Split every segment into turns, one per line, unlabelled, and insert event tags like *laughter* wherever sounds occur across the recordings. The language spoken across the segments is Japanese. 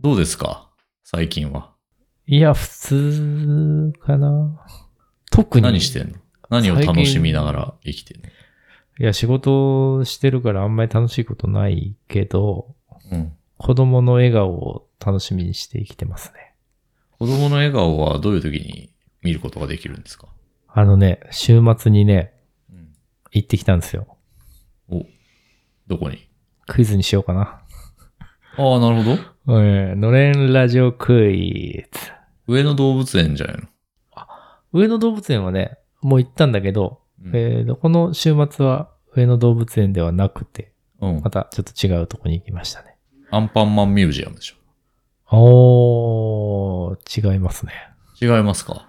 どうですか最近は。
いや、普通かな。特に。
何してんの何を楽しみながら生きてんの
いや、仕事してるからあんまり楽しいことないけど、
うん。
子供の笑顔を楽しみにして生きてますね。
子供の笑顔はどういう時に見ることができるんですか
あのね、週末にね、
うん。
行ってきたんですよ。
お、どこに
クイズにしようかな。
ああ、なるほど。
えー、のれんラジオクイズ。
上野動物園じゃないの。
上野動物園はね、もう行ったんだけど、
うん
えーと、この週末は上野動物園ではなくて、
うん
ま。たちょっと違うとこに行きましたね。
アンパンマンミュージアムでしょ。
おー、違いますね。
違いますか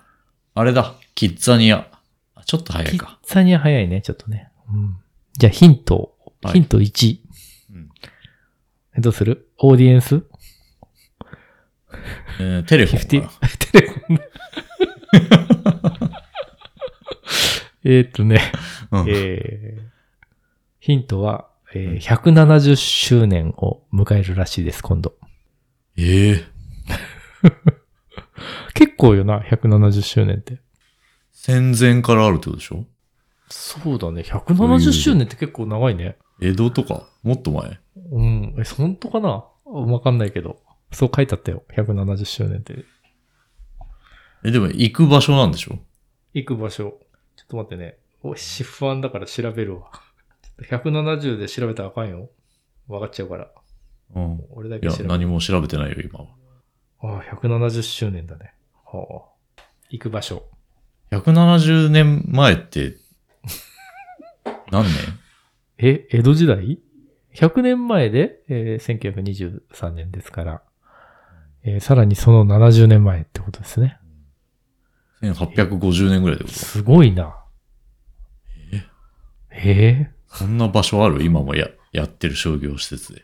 あれだ。キッザニア。あちょっと早い
キッ
か。
ザニア早いね、ちょっとね。うん、じゃあヒント、
はい
ヒント1。
うん
どうするオーディエンス
えーテレフォンか
?50? *laughs* テレコンえーっとね、
な。うん
えーヒントは、えー170周年を迎えるらしいです、今度。
ええ
結構よな、170周年って。
戦前からあるってことでしょ
そうだね、
170周
年って結構長いね。
江戸とかもっと前
うん。え、本当かなわかんないけど。そう書いてあったよ。170周年って。
え、でも行く場所なんでしょ
行く場所。ちょっと待ってね。おい、シファンだから調べるわ。ちょっと170で調べたらあかんよ。分かっちゃうから。
うん。
俺だ
い
け
や
調、べる。
何も調べてないよ、今は。
ああ、170周年だね。はあ。行く場所。
170年前って、 *laughs* 何年
え、江戸時代 ?100 年前で、えー1923年ですから、えーさらにその70年前ってことですね。
?1850 年ぐらいってこと
すごいな。え
そんな場所ある今もや、やってる商業施設で。
ー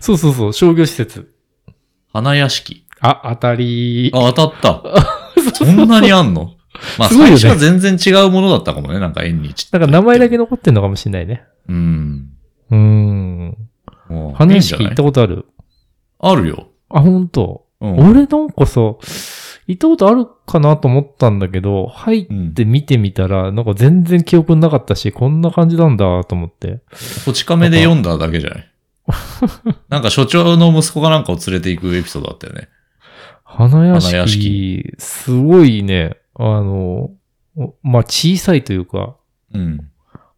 そうそうそう、商業施設。
花屋敷。
あ、当たり。
あ、当た
*laughs*
った。そんなにあんのまあ、
すごい
最
よね
初は全然違うものだったかもね。なんか縁日。
なんか名前だけ。残ってんのかもしれないね。
うん。
うーん。
もう
花
いいん
屋
じゃ
敷
ない
行ったことある
あるよ。
あ、ほんと。
うん。
俺なんかさ、行ったことあるかなと思ったんだけど、入っ
うん
て見てみたら、なんか全然記憶になかったし、こんな感じなんだと思って。
こち亀で読んだだけじゃ
*laughs*
ないなんか所長の息子がなんかを連れて行くエピソードあったよね。
花屋敷、
花屋敷
すごいね、あの、おまあ、小さいというか、
うん。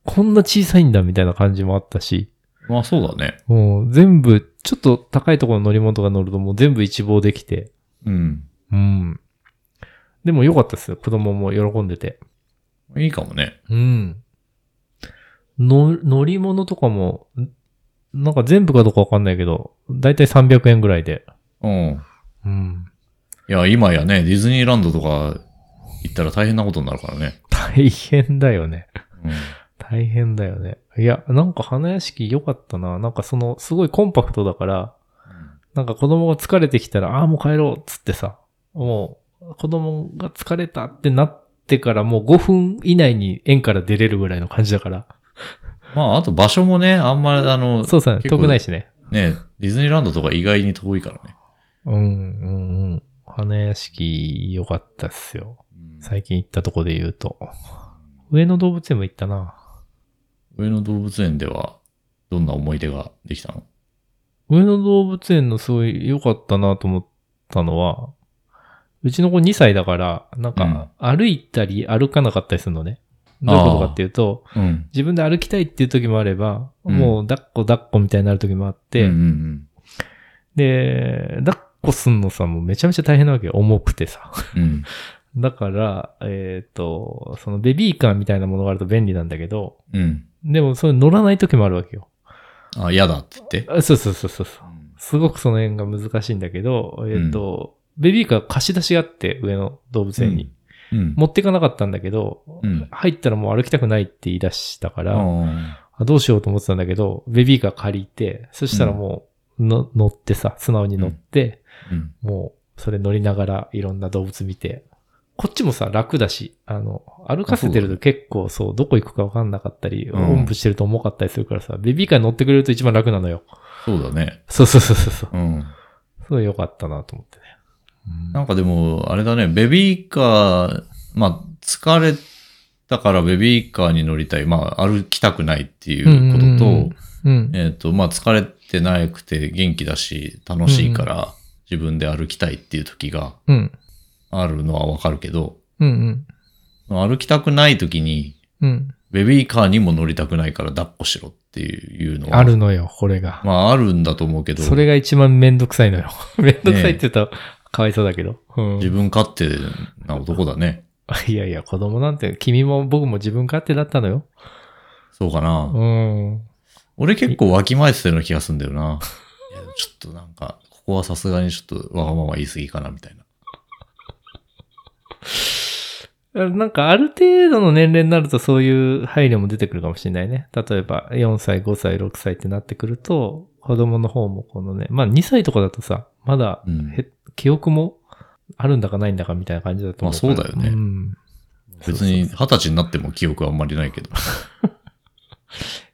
こんな小さいんだみたいな感じもあったし、
まあそうだね。
もう全部、ちょっと高いところの乗り物とか乗るともう全部一望できて、
うん。
うん。でも良かったですよ。子供も喜んでて。
いいかもね。
うん。の、乗り物とかも、んなんか全部かどうかわかんないけど、だいたい300円ぐらいで。
うん。
うん。
いや、今やね、ディズニーランドとか行ったら大変なことになるからね。
大変だよね。
うん。
大変だよね。いや、なんか花屋敷良かったな。なんかその、すごいコンパクトだから、なんか子供が疲れてきたら、ああ、もう帰ろうっつってさ、もう、子供が疲れたってなってからもう5分以内に園から出れるぐらいの感じだから。
まあ、あと場所もね、あんまりあの、
そうさ、
結構
遠くないしね。
ね、ディズニーランドとか意外に遠いからね。
うん、うん、うん。花屋敷良かったっすよ。
うん
最近行ったとこで言うと。上野動物園も行ったな。
上野動物園では、どんな思い出ができたの
上野動物園のすごい良かったなと思ったのは、うちの子2歳だから、なんか歩いたり歩かなかったりするのね。どういうことかっていうと、
うん。
自分で歩きたいっていう時もあれば、
うん
もう抱っこ抱っこみたいになる時もあって、
うんうん
で、抱っこすんのさ、もうめちゃめちゃ大変なわけよ。重くてさ。
うん。うん。
だから、えっ、と、そのベビーカーみたいなものがあると便利なんだけど、
うん。
でもそれ乗らない時もあるわけよ。
あ、嫌だって言って。
あそうそうそうそうそう
う。ん
すごくその辺が難しいんだけど、えっ、と、ベビーカー貸し出しがあって、上の動物園に。
うん。
持っていかなかったんだけど、
うん
入ったらもう歩きたくないって言い出したから、
うん
あどうしようと思ってたんだけど、ベビーカー借りて、そしたらもうの乗ってさ、素直に乗って、
うん
もうそれ乗りながらいろんな動物見て、こっちもさ、楽だし、あの、歩かせてると結構そう、どこ行くかわかんなかったり、
うん
おんぶしてると重かったりするからさ、ベビーカーに乗ってくれると一番楽なのよ。
そうだね。
そうそうそうそうそう。
うん。
すごい良かったなと思ってね。
なんかでも、あれだね、ベビーカー、まあ、疲れたからベビーカーに乗りたい。まあ、歩きたくないっていうことと、
うんうんうん。
えっ、と、まあ、疲れてなくて元気だし、楽しいから、自分で歩きたいっていう時が
うん。
あるのはわかるけど、
うんうん。
歩きたくない時に、
うん。
ベビーカーにも乗りたくないから抱っこしろっていうのは。
あるのよ、これが。
まあ、あるんだと思うけど、
それが一番めんどくさいのよ。 *laughs* めんどくさいって言ったら、かわいそうだけど。うん
自分勝手な男だね。
いやいや、子供なんて、君も僕も自分勝手だったのよ。
そうかな。
うん。
俺結構わきまえてたような気がするんだよな。いやちょっとなんか、ここはさすがにちょっとわがまま言い過ぎかなみたいな。
なんかある程度の年齢になるとそういう配慮も出てくるかもしれないね。例えば4歳、5歳、6歳ってなってくると、子供の方もこのね、まあ2歳とかだとさ、まだ
うん
へ記憶もあるんだかないんだかみたいな感じだと思うから。
まあそうだよね
うん。
別に二十歳になっても記憶あんまりないけど。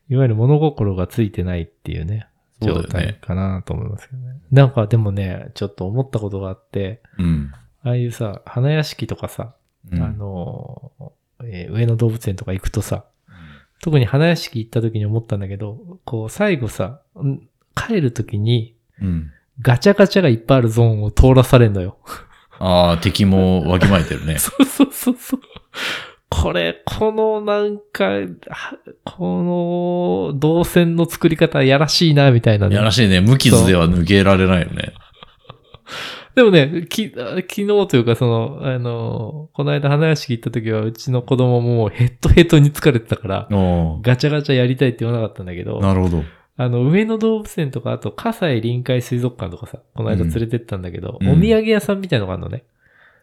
いわゆる物心がついてないっていうね、
そうだよ
状
ね
態かなと思いますけどね。なんかでもね、ちょっと思ったことがあって、
うん。
ああいうさ、花屋敷とかさ、
うん
あのー、えー上野動物園とか行くとさ、特に花屋敷行った時に思ったんだけど、こう最後さ、ん帰る時に
うん。
ガチャガチャがいっぱいあるゾーンを通らされんのよ。
ああ、敵もわきまえてるね。
*laughs* そうそうそうそう。これ、このなんか、はこの動線の作り方やらしいな、みたいなね
やらしいね。無傷では抜けられないよね。
でもね、き、あ昨日というかその、あの、この間花屋敷行った時はうちの子供ももうヘッドヘッドに疲れてたから、
お
ガチャガチャやりたいって言わなかったんだけど
ー、なるほど。
あの、上野動物園とか、あと、葛西臨海水族館とかさ、この間連れてったんだけど、
うん
お土産屋さんみたいのがあるのね、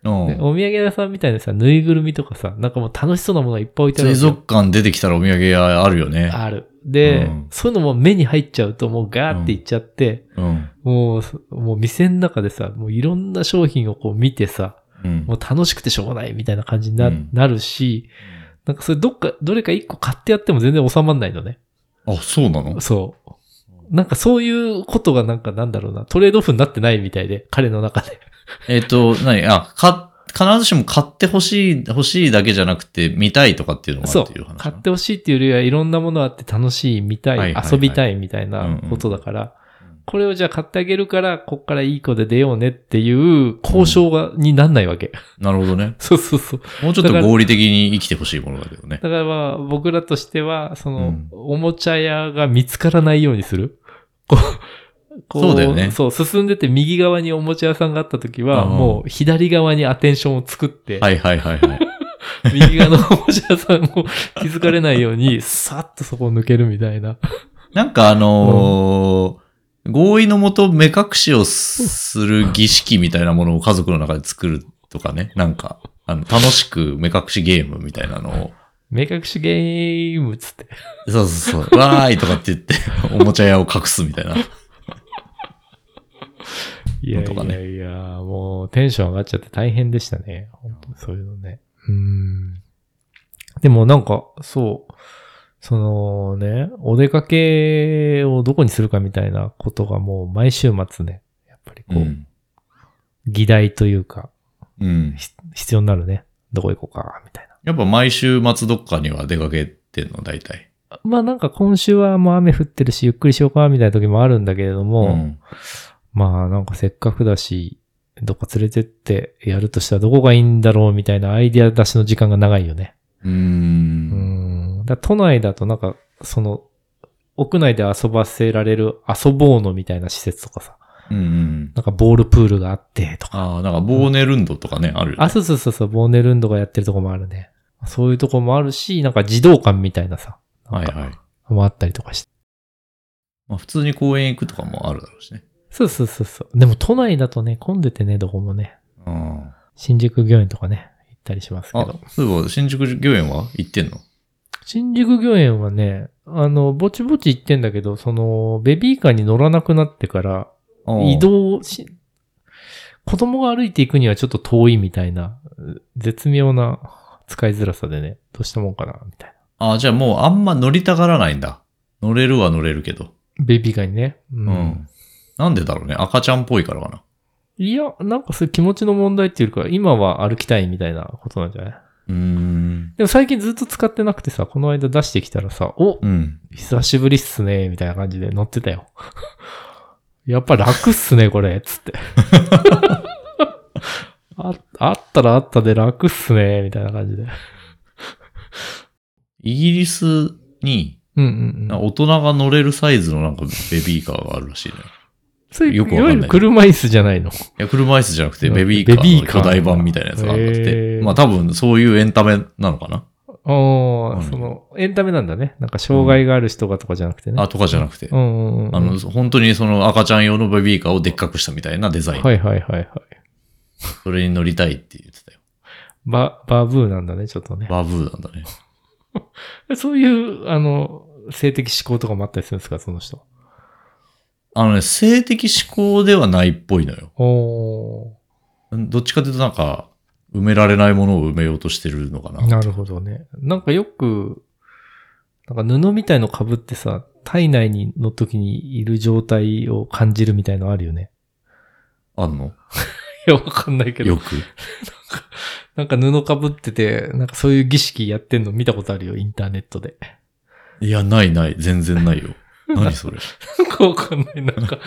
で
うん
お土産屋さんみたいなさ、ぬいぐるみとかさ、なんかもう楽しそうなものがいっぱい置いてあるわ
水
けよ
族館出てきたらお土産屋あるよね。
ある。で、
うん
そういうのも目に入っちゃうと、もうガーっていっちゃって、
うん。
もうそ、もう店の中でさ、もういろんな商品をこう見てさ、
うん
もう楽しくてしょうがないみたいな感じにな,、
うん
なるし、なんかそれどっか、どれか一個買ってやっても全然収まんないのね。
あ、そうなの
そう。なんかそういうことがなんかなんだろうな、トレードオフになってないみたいで、彼の中で。
えっ、と、何あ、か、必ずしも買ってほしい、欲しいだけじゃなくて、見たいとかっていうのがある
そ
っていう
う。
話。
買ってほしいっていうよりはいろんなものあって楽しい、見たい、
はいはいはい
遊びたいみたいなことだから、これをじゃあ買ってあげるから、こっからいい子で出ようねっていう交渉が、になんないわけ。
なるほどね。
そうそうそう。
もうちょっと合理的に生きてほしいものだけどね
だ。からまあ僕らとしては、その、
うん
おもちゃ屋が見つからないようにする。こうこ
そうだよね
そう、進んでて右側におもちゃ屋さんがあった時は、
うん
もう左側にアテンションを作って、
はいはいはいはい。
右側のおもちゃ屋さんを気づかれないよう *laughs* に、さっとそこを抜けるみたいな。
なんかあのー合意のもと目隠しをする儀式みたいなものを家族の中で作るとかね。なんか、あの、楽しく目隠しゲームみたいなのを。
目隠しゲームっつって。
そうそうそう。 *laughs* わーいとかって言って、おもちゃ屋を隠すみたいな。
いやい
のとか
や
ね
いや、もうテンション上がっちゃって大変でしたね。本当にそういうのね。うん。でもなんか、そう、そのね、お出かけをどこにするかみたいなことがもう毎週末ね、やっぱりこ
う
う、
ん。
議題というか、
うん。
ひ必要になるね。どこ行こうか、みたいな。
やっぱ毎週末どっかには出かけてんの、大体。
まあなんか今週はもう雨降ってるし、ゆっくりしようか、みたいな時もあるんだけれども、
うん。
まあなんかせっかくだし、どこ連れてってやるとしたらどこがいいんだろうみたいなアイディア出しの時間が長いよね。
うー。
うんん。だから都内だとなんか、その、屋内で遊ばせられる遊ぼうのみたいな施設とかさ、
うんうん。
なんかボールプールがあってとか。
ああ、なんか、ボーネルンドとかね、あるよね。
あ、そうそうそうそう、ボーネルンドがやってるとこもあるね。そういうとこもあるし、なんか児童館みたいなさ、な
はい
んか
はい。
もあったりとかして。
まあ、普通に公園行くとかもあるだろうしね。
そうそうそうそう。でも都内だとね、混んでてね、どこもね。
うん。
新宿御苑とかね、行ったりしますけど
あ。、そういえば、新宿御苑は行ってんの
新宿御苑はね、あの、ぼちぼち行ってんだけど、その、ベビーカーに乗らなくなってから、
あー
移動し、子供が歩いていくにはちょっと遠いみたいな、う絶妙な使いづらさでね、どうしたもんかな、みたい
あ、じゃあもうあんま乗りたがらないんだ。乗れるは乗れるけど。
な。ベビーカーにね。う
うん。なんでだろうね。赤ちゃんっぽいからかな。
いや、なんかそういう気持ちの問題っていうか、今は歩きたいみたいなことなんじゃないう
ーん。
でも最近ずっと使ってなくてさ、この間出してきたらさ、お
うん。
久しぶりっすね、みたいな感じで乗ってたよ。 *laughs* やっぱ楽っすね、これ、つって。 *laughs* ああったらあったで楽っすね、みたいな感じで。
イギリスに、
うんうんう。
なんんか大人が乗れるサイズのなんかベビーカーがあるらしいね。
それ
よくわかんない
いわゆる車椅子じゃないの。
いや、車椅子じゃなくてベビーカ
ベビー
ー
カー
の巨大版みたいなやつがあったっ
へ
て
ー。
まあ多分そういうエンタメなのかな
おー
うん
その、エンタメなんだね。なんか障害がある人がとかじゃなくてね。
あ、とかじゃなくて
う。んうんうん。
あの、本当にその赤ちゃん用のベビーカーをでっかくしたみたいなデザイン。
はいはいはいはい。
それに乗りたいって言ってたよ。
バ、バブーなんだね、ちょっとね。
バブーなんだね。
そういう、あの、性的思考とかもあったりするんですか、その人。
あのね、性的思考ではないっぽいのよ。
お
どっちかというとなんか、埋められないものを埋めようとしてるのかな。
ーなるほどね。なんかよく、なんか布みたいの被ってさ、体内にの時にいる状態を感じるみたいのあるよね。 *laughs*
あんの
いや、わかんないけど。
よく。
なんか布被ってて、なんかそういう儀式やってんの見たことあるよ、インターネットで。 *laughs*
いや、ないない。全然ないよ。何それ。
なんかわかんない。なん *laughs* か、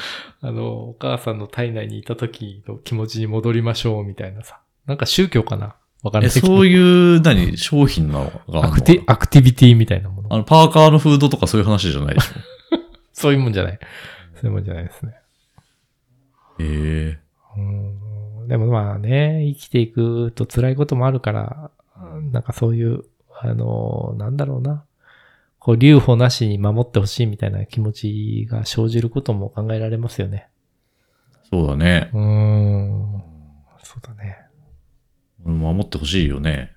あの、お母さんの体内にいた時の気持ちに戻りましょうみたいなさ。なんか宗教かなわかんな
え、
いけど。
そういう、何、商品なのがあ
ア
るの
ク
か
ティ
な、
アクティビティみたいなも
あ
の。
の、パーカーのフードとかそういう話じゃないでしょ。
*laughs* そういうもんじゃない。そういうもんじゃないですね。
え
うーんでもまあね、生きていくと辛いこともあるから、なんかそういう、あの、なんだろうな。こう、留保なしに守ってほしいみたいな気持ちが生じることも考えられますよね。
えそうだね。
うーん。そうだね。
俺も守ってほしいよね。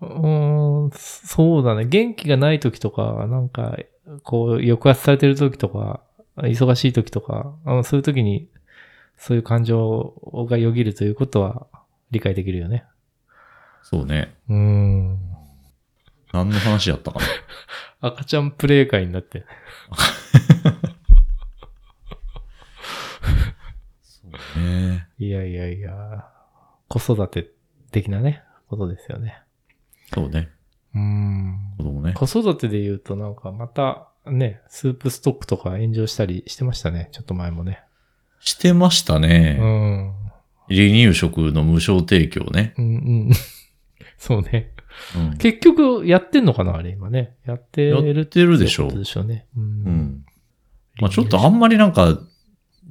うーん、そうだね。元気がない時とか、なんか、こう、抑圧されてる時とか、忙しい時とか、あのそういう時に、そういう感情がよぎるということは理解できるよね。
そうね。
うーん。
何の話やったかな。
赤ちゃんプレイ会になって。
そうね。
いやいやいや、子育て的なね、ことですよね。
そうね。
うーん。
子供ね。
子育てで言うとなんかまたね、スープストックとか炎上したりしてましたね。ちょっと前もね。
してました
う
ね。
ん。
離乳食の無償提供ね。
うんうん。 *laughs* そうね。
うん。
結局、やってんのかなあれ、今ね。やってる
やってるでしょ
ってことでしょうね。う。
うんん。まあちょっとあんまりなんか、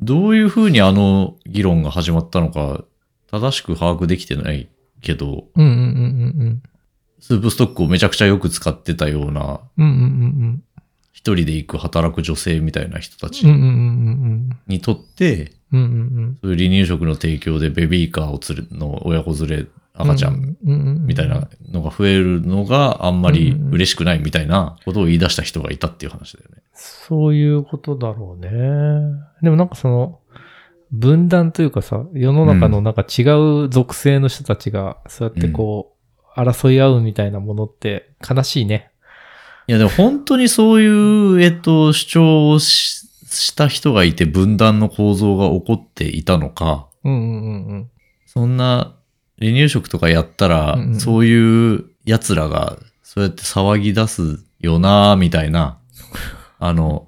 どういうふうにあの議論が始まったのか、正しく把握できてないけど、
うんうんうんうん
スープストックをめちゃくちゃよく使ってたような、
うん。うんうん
一人で行く働く女性みたいな人た
うんうん。
ち
うんうん
にとって、
うんうん。うんうんうん。
そういう離乳食の提供でベビーカーを連れ、の親子連れ、赤ちゃん
ん
みたいな。のが増えるのがあんまり嬉しくないみたいなことを言い出した人がいたっていう話だよね。
そういうことだろうね。でもなんかその、分断というかさ、世の中のなんか違う属性の人たちが、そうやってこう、争い合うみたいなものって悲しいね。
いやでも本当にそういう、えっと、主張をしした人がいて分断の構造が起こっていたのか、
うんうんうんうん。
そんな離乳食とかやったら
うんう、ん
そういう奴らがそうやって騒ぎ出すよなーみたい
*laughs*
な、あの、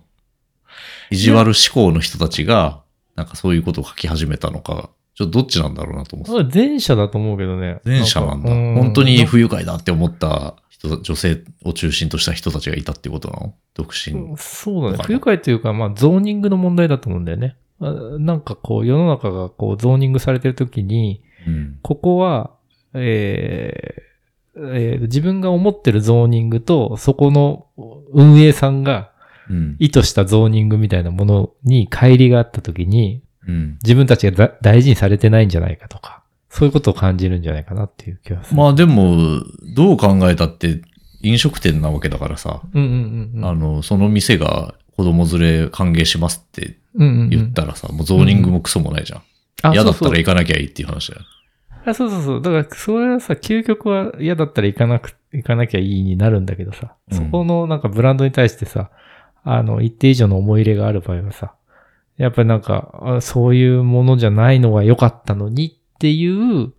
意地悪思考の人たちが、なんかそういうことを書き始めたのか、ちょっとどっちなんだろうなと思って。
それ前者だと思うけどね。
前者なんだ。本当に不愉快だって思った人、女性を中心とした人たちがいたってことなの独
う
身
ん。そう
と
だね。
か
不
ね
愉快というか、まあ、ゾーニングの問題だと思うんだよね。あなんかこう、世の中がこう、ゾーニングされてるときに、
うん。
ここは、えーえー自分が思ってるゾーニングと、そこの運営さんが
うん。
意図したゾーニングみたいなものに乖離があったときに、
うん。
自分たちがだ大事にされてないんじゃないかとか、そういうことを感じるんじゃないかなっていう気がする。
まあでも、どう考えたって飲食店なわけだからさ、
うんうんうんうん。
あの、その店が子供連れ歓迎しますって
うんうんうん
言ったらさ、もうゾーニングもクソもないじゃん。
あ
嫌だった
そうそう
ら行かなきゃいいっていう話だよ。
あそうそうそう。だから、それはさ、究極は嫌だったら行かなく、行かなきゃいいになるんだけどさ、
うん
そこのなんかブランドに対してさ、あの、一定以上の思い入れがある場合はさ、やっぱりなんか、あそういうものじゃないのが良かったのにっていう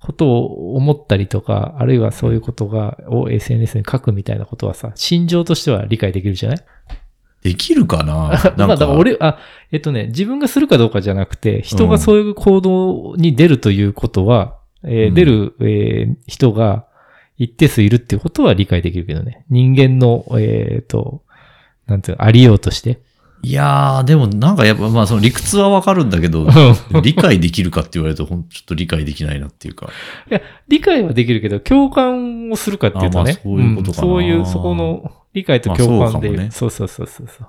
ことを思ったりとか、あるいはそういうことが、を SNS に書くみたいなことはさ、心情としては理解できるじゃない
できるかなな
まあ、
ん
だ
か
から俺、あ、えっとね、自分がするかどうかじゃなくて、人がそういう行動に出るということは、えー
うん
出る、えー人が一定数いるっていうことは理解できるけどね。人間の、えっ、と、なんていうの、ありよう
*laughs*
として。
いやー、でもなんかやっぱまあその理屈はわかるんだけ
*laughs*
ど、理解できるかって言われると、ほんちょっと理解できないなっていうか。
理解はできるけど、共感をするかっていうとね。
あまあそういうことかな
そういう、そこの理解と共感で、
まあ
そうそうそうそうそう。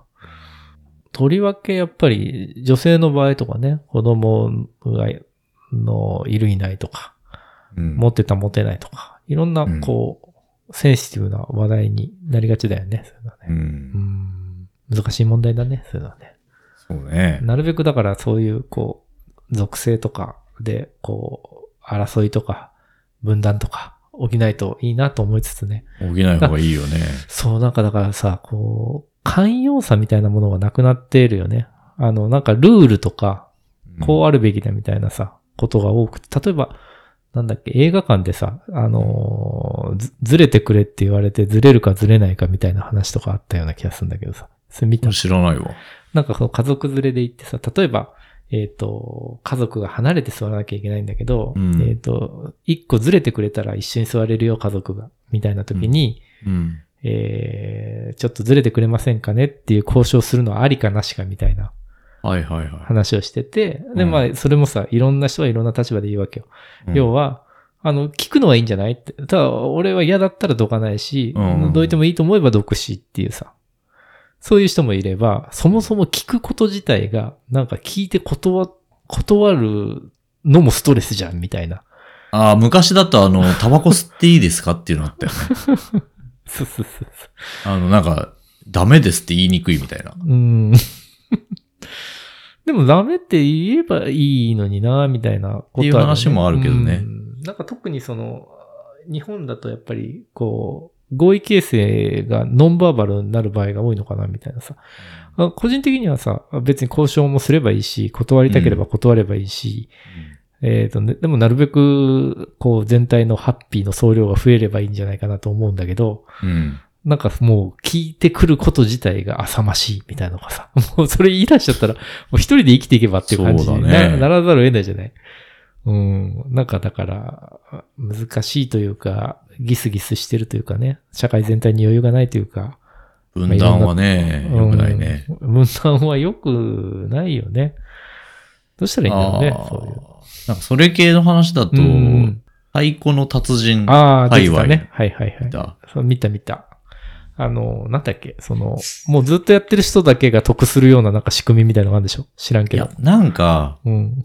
とりわけやっぱり女性の場合とかね、子供がのいるいないとか、
うん、
持ってた持てないとか、いろんな
うん
こう、センシティブな話題になりがちだよね。そういうのは
う。
ねうんん難しい問題だね。そういうのはね。
そうね。
なるべくだからそういうこう、属性とかで、こう、争いとか、分断とか、起きないといいなと思いつつね。
補ない方がいい
*laughs*
よね。
そう、なんかだからさ、こう、寛容さみたいなものがなくなっているよね。あの、なんかルールとか、こうあるべきだみたいなさ、ことが多くて、例えば、なんだっけ、映画館でさ、あのーず、ずれてくれって言われて、ずれるかずれないかみたいな話とかあったような気がするんだけどさ、それ見
う
た
ん。知らないわ。
なんかその家族連れで行ってさ、例えば、えっ、と、家族が離れて座らなきゃいけないんだけど、
うん
えっ、と、一個ずれてくれたら一緒に座れるよ、家族が、みたいな時に、
うん。
えーちょっとずれてくれませんかねっていう交渉するのはありかなしかみたいな
はいはいは
話をしてて、で、
うん
まあ、それもさ、いろんな人はいろんな立場で言うわけよ。
い。うん
要は、あの、聞くのはいいんじゃないって。ただ、俺は嫌だったらどかないし、
うん
どいてもいいと思えば毒死っていうさ。そういう人もいれば、そもそも聞くこと自体が、なんか聞いて断、断るのもストレスじゃん、みたいな。
ああ、昔だとあの、タバコ吸っていいですかっていうのあったよね。
そうそうそうそ
あの、なんか、ダメですって言いにくいみたい
*laughs*
な。
う。うん。でもダメって言えばいいのにな、みたいなことはね、
っていう話もあるけどね
うん。なんか特にその、日本だとやっぱり、こう、合意形成がノンバーバルになる場合が多いのかな、みたいなさ。あ個人的にはさ、別に交渉もすればいいし、断りたければ断ればいいし、えっ、と、ね、でもなるべく、こう、全体のハッピーの総量が増えればいいんじゃないかなと思うんだけど、
うん。
なんかもう聞いてくること自体が浅ましいみたいなのがさ、 *laughs* もうそれ言い出しちゃったら、もう一人で生きていけばっていう感じ
そう
に
だね
な,、ならざるを得ないじゃないうん。なんかだから、難しいというか、ギスギスしてるというかね、社会全体に余裕がないというか、
分断はね、良くないね。
うん。分断は良くないよね。どうしたらいいんだろうね
あ、
そういう。
ーなんかそれ系の話だと、
うんうん
太鼓の達人
ああ、
界
でした
隈
ね。はいはいはい。
だ。
そう見た見た。あの、なんだっけ、その、もうずっとやってる人だけが得するようななんか仕組みみたいなのがあるんでしょ知らん
い
け
や
ど。、
なんか、
うん。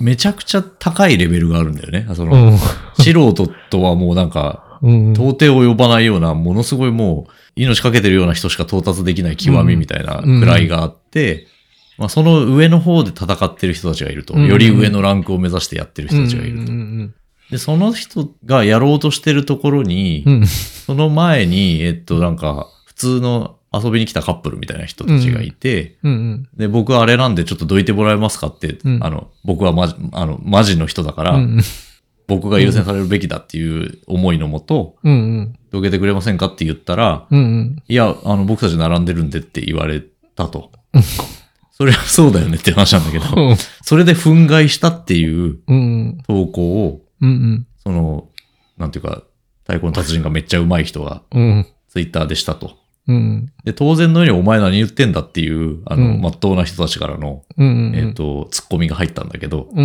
めちゃくちゃ高いレベルがあるんだよね。その、
うん。
素人とはもうなんか、
うん。
到底及ばないような、ものすごいもう、命かけてるような人しか到達できない極みみたいな
うん
位があって、まあ、その上の方で戦ってる人たちがいると。
うん
より上のランクを目指してやってる人たちがいる
う
と。
ん
で、その人がやろうとしてるところに、
うんうん。
その前に、えっと、なんか、普通の遊びに来たカップルみたいな人たちがいて、
うんうん。
で、僕あれなんでちょっとどいてもらえますかって、
うん
あの、僕はマジ、あの、マジの人だから、
うん
僕が優先されるべきだっていう思いのもと、
うん。うん
どけてくれませんかって言ったら、
うん。うん
いや、あの、僕たち並んでるんでって言われた
*laughs*
と。それはそうだよねって話なんだけど、
うん。
それで憤慨したっていう
うんうん。
投稿を、
うん
その、なんていうか、太鼓の達人がめっちゃ上手い人が
うん。
ツイッターでしたと。
うん。
で、当然のようにお前何言ってんだっていう、あの、
うん
まっとうな人たちからの、
うん。
えっ、。と、ツッコミが入ったんだけど、
うんう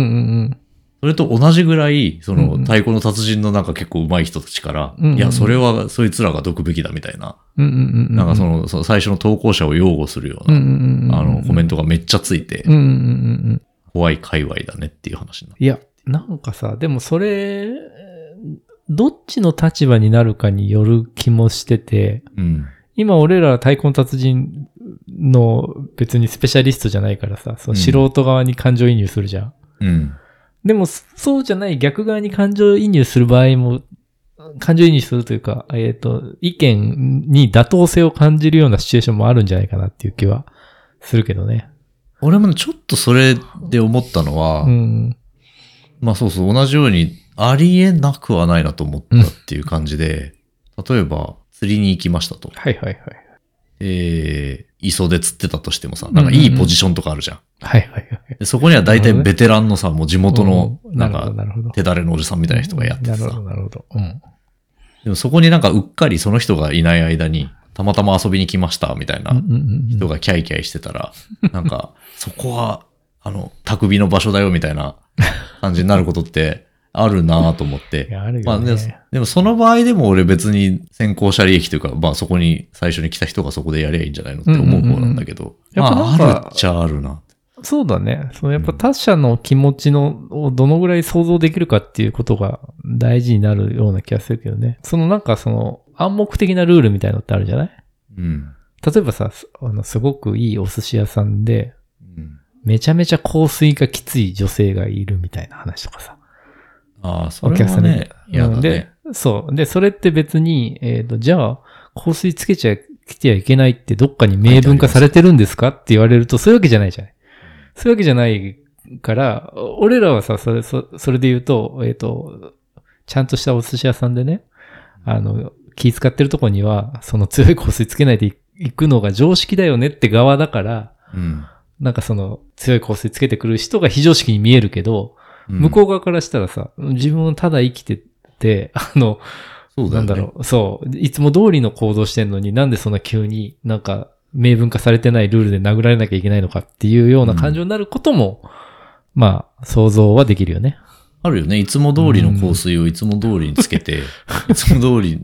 ん
それと同じぐらい、そ
うんう
の、
ん
太鼓の達人のなんか結構上手い人たちから、
うんうん
いや、それは、そいつらがどくべきだみたいな、
うん。うんうんうん。
なんかそ、の、その最初の投稿者を擁護するよう
うんう
な、
んう
あ
ん。
の、コメン
ト。
トがめっちゃついて、
うんうんうんうん。
怖い界隈だねっていう話になる。
いや、なんかさ、でもそれ、どっちの立場になるかによる気もしてて、
うん。
今俺ら太鼓の達人の別にスペシャリストじゃないからさ、その素人側に感情移入するじゃん。
うん。
でもそそうじゃない逆側に感情移入する場合も、感情移入するというか、えっ、と、意見に妥当性を感じるようなシチュエーションもあるんじゃないかなっていう気はするけどね。
俺もねちょっとそれで思ったのは、
うん。
まあそうそう、同じようにありえなくはないなと思ったっていう感じで、例えば釣りに行きましたと。
はいはいはい。
えー、磯で釣ってたとしてもさ、なんかいいポジションとかあるじゃん。
はいはいはい。
でそこには大体ベテランのさ、もう地元の、
うん
なん
なるほど
か、
なるほど。
手だれのおじさんみたいな人がやってて
なるほ
さ
ど、。なるほど。うん。
でもそこになんかうっかりその人がいない間に、たまたま遊びに来ました、みたいな
うんうんうん
人がキャイキャイしてたら、なんか、そこは、あの、匠の場所だよ、みたいな感じになることってあるなぁと思っ
*laughs* い
て。
やある
ま
よ
あ
ね。
で、でもその場合でも俺別に先行者利益というか、まあそこに最初に来た人がそこでやりゃいいんじゃないのって思う方なんだけど。
うんうんうんやっぱなんか
まああるっちゃあるな。
そうだね。そのやっ
う
ぱ
ん
他者の気持ちの、をどのぐらい想像できるかっていうことが大事になるような気がするけどね。そのなんかその暗黙的なルールみたいなのってあるじゃない
うん。
例えばさ、すあの、すごくいいお寿司屋さんで、
うん
めちゃめちゃ香水がきつい女性がいるみたいな話とかさ。
ああ、それはね、
に
嫌だ
うんで
ね。、
そう。で、それって別に、えっ、と、じゃあ、香水つけちゃ、きてはいけないってどっかに明文化されてるんですかって言われると、そういうわけじゃないじゃない。そういうわけじゃないから、俺らはさ、それ、そそれで言うと、えっ、と、ちゃんとしたお寿司屋さんでね、あの、気使ってるとこには、その強い香水つけないでい行くのが常識だよねって側だから、
うん。
なんかその強い香水つけてくる人が非常識に見えるけ
う
ど、
ん
向こう側からしたらさ、自分をただ生きてて、あの、
そうだよ
なん
ね
だろう、そう、いつも通りの行動してんのになんでそんな急になんか明文化されてないルールで殴られなきゃいけないのかっていうような感情になることも、まあ、想像はできるよね。
あるよね。いつも通りの香水をいつも通りにつけて、 *laughs* いつも通り、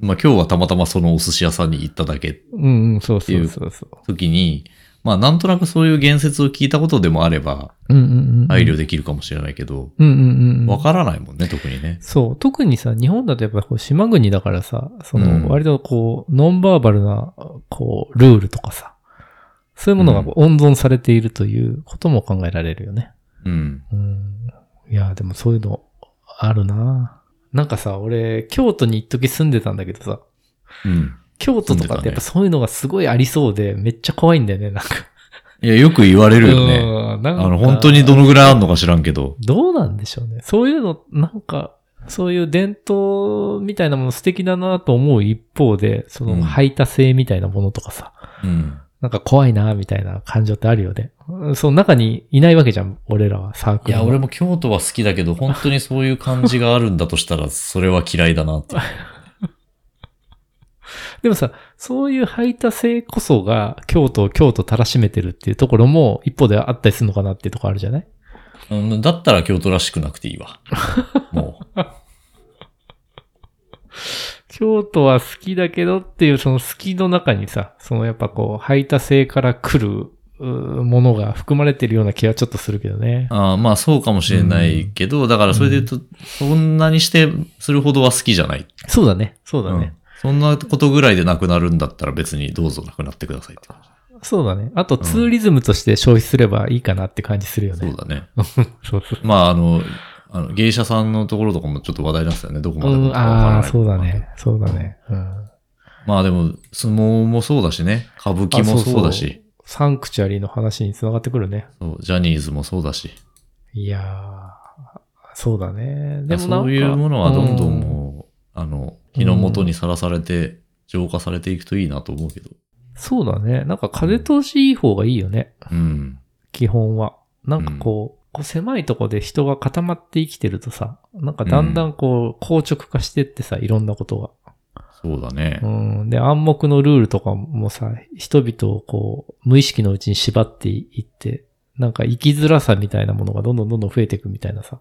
まあ今日はたまたまそのお寿司屋さんに行っただけっ
うん、うん、そう
て
そ
いう
うそうそう。
時に、まあなんとなくそういう言説を聞いたことでもあれば、
うんうんうん。
配慮できるかもしれないけど、
うんうんうんうん。
わからないもんね、特にね。
そう。特にさ、日本だとやっぱこう島国だからさ、そ
うん
の、割とこう、ノンバーバルな、こう、ルールとかさ、そういうものがこう温存されているということも考えられるよね。
うん。
うん。いや、でもそういうの、あるななんかさ、俺、京都に一時住んでたんだけどさ、
うん。
京都とかってやっぱそういうのがすごいありそうで、めっちゃ怖いんだよね、なんか。
いや、よく言われるよね。
うんなんか
あの、本当にどのぐらいあんのか知らんけど。
どうなんでしょうね。そういうの、なんか、そういう伝統みたいなもの素敵だなと思う一方で、そ
うん
の排他性みたいなものとかさ、
うん。
なんか怖いなみたいな感情ってあるよね。うんその中にいないわけじゃん、俺らはサーク
い
ルの。
や、俺も京都は好きだけど、本当にそういう感じがあるんだとしたら、それは嫌いだなって。
でもさ、そういう排他性こそが京都を京都たらしめてるっていうところも一方であったりするのかなっていうところあるじゃない
うん、だったら京都らしくなくていい *laughs* わ。もう。
京都は好きだけどっていう、その好きの中にさ、そのやっぱこう、排他性から来るうーものが含まれてるような気はちょっとするけどね。
ああまあそうかもしれないけど、だからそれで言うと、そんなにしてするほどは好きじゃない。
そうだね。そう
う
だ
ん
ね。
そんなことぐらいでなくなるんだったら別にどうぞなくなってくださいって感
そうだね。あと、ツーリズムとして消費すればいいかなって感じするよ
じ。
ね。
そうだね。
そうそう。
まああの、あの芸者さんのところとかもちょっと話題なんですよね。どこまで
う
も
ん、ああ、そうだ。
わからない
ね。そうだね。うん。
まあでも、相撲もそうだしね。歌舞伎もそうだし。
サンクチュアリーの話につながってくるね。
そうジャニーズもそうだし。
いやー、そうだね。でもなんか。
そういうものはどんどん
う
もう、あの、日の元にさらされて、浄化されていくといいなと思うけど。
そうだね。なんか風通しいい方がいいよね。
うん。
基本は。なんかこう、こう狭いとこで人が固まって生きてるとさ、なんかだんだんこう、硬直化してってさ、いろんなことが。
そうだね。
うん。で、暗黙のルールとかもさ、人々をこう、無意識のうちに縛っていって、なんか生きづらさみたいなものがどんどんどんどん増えていくみたいなさ、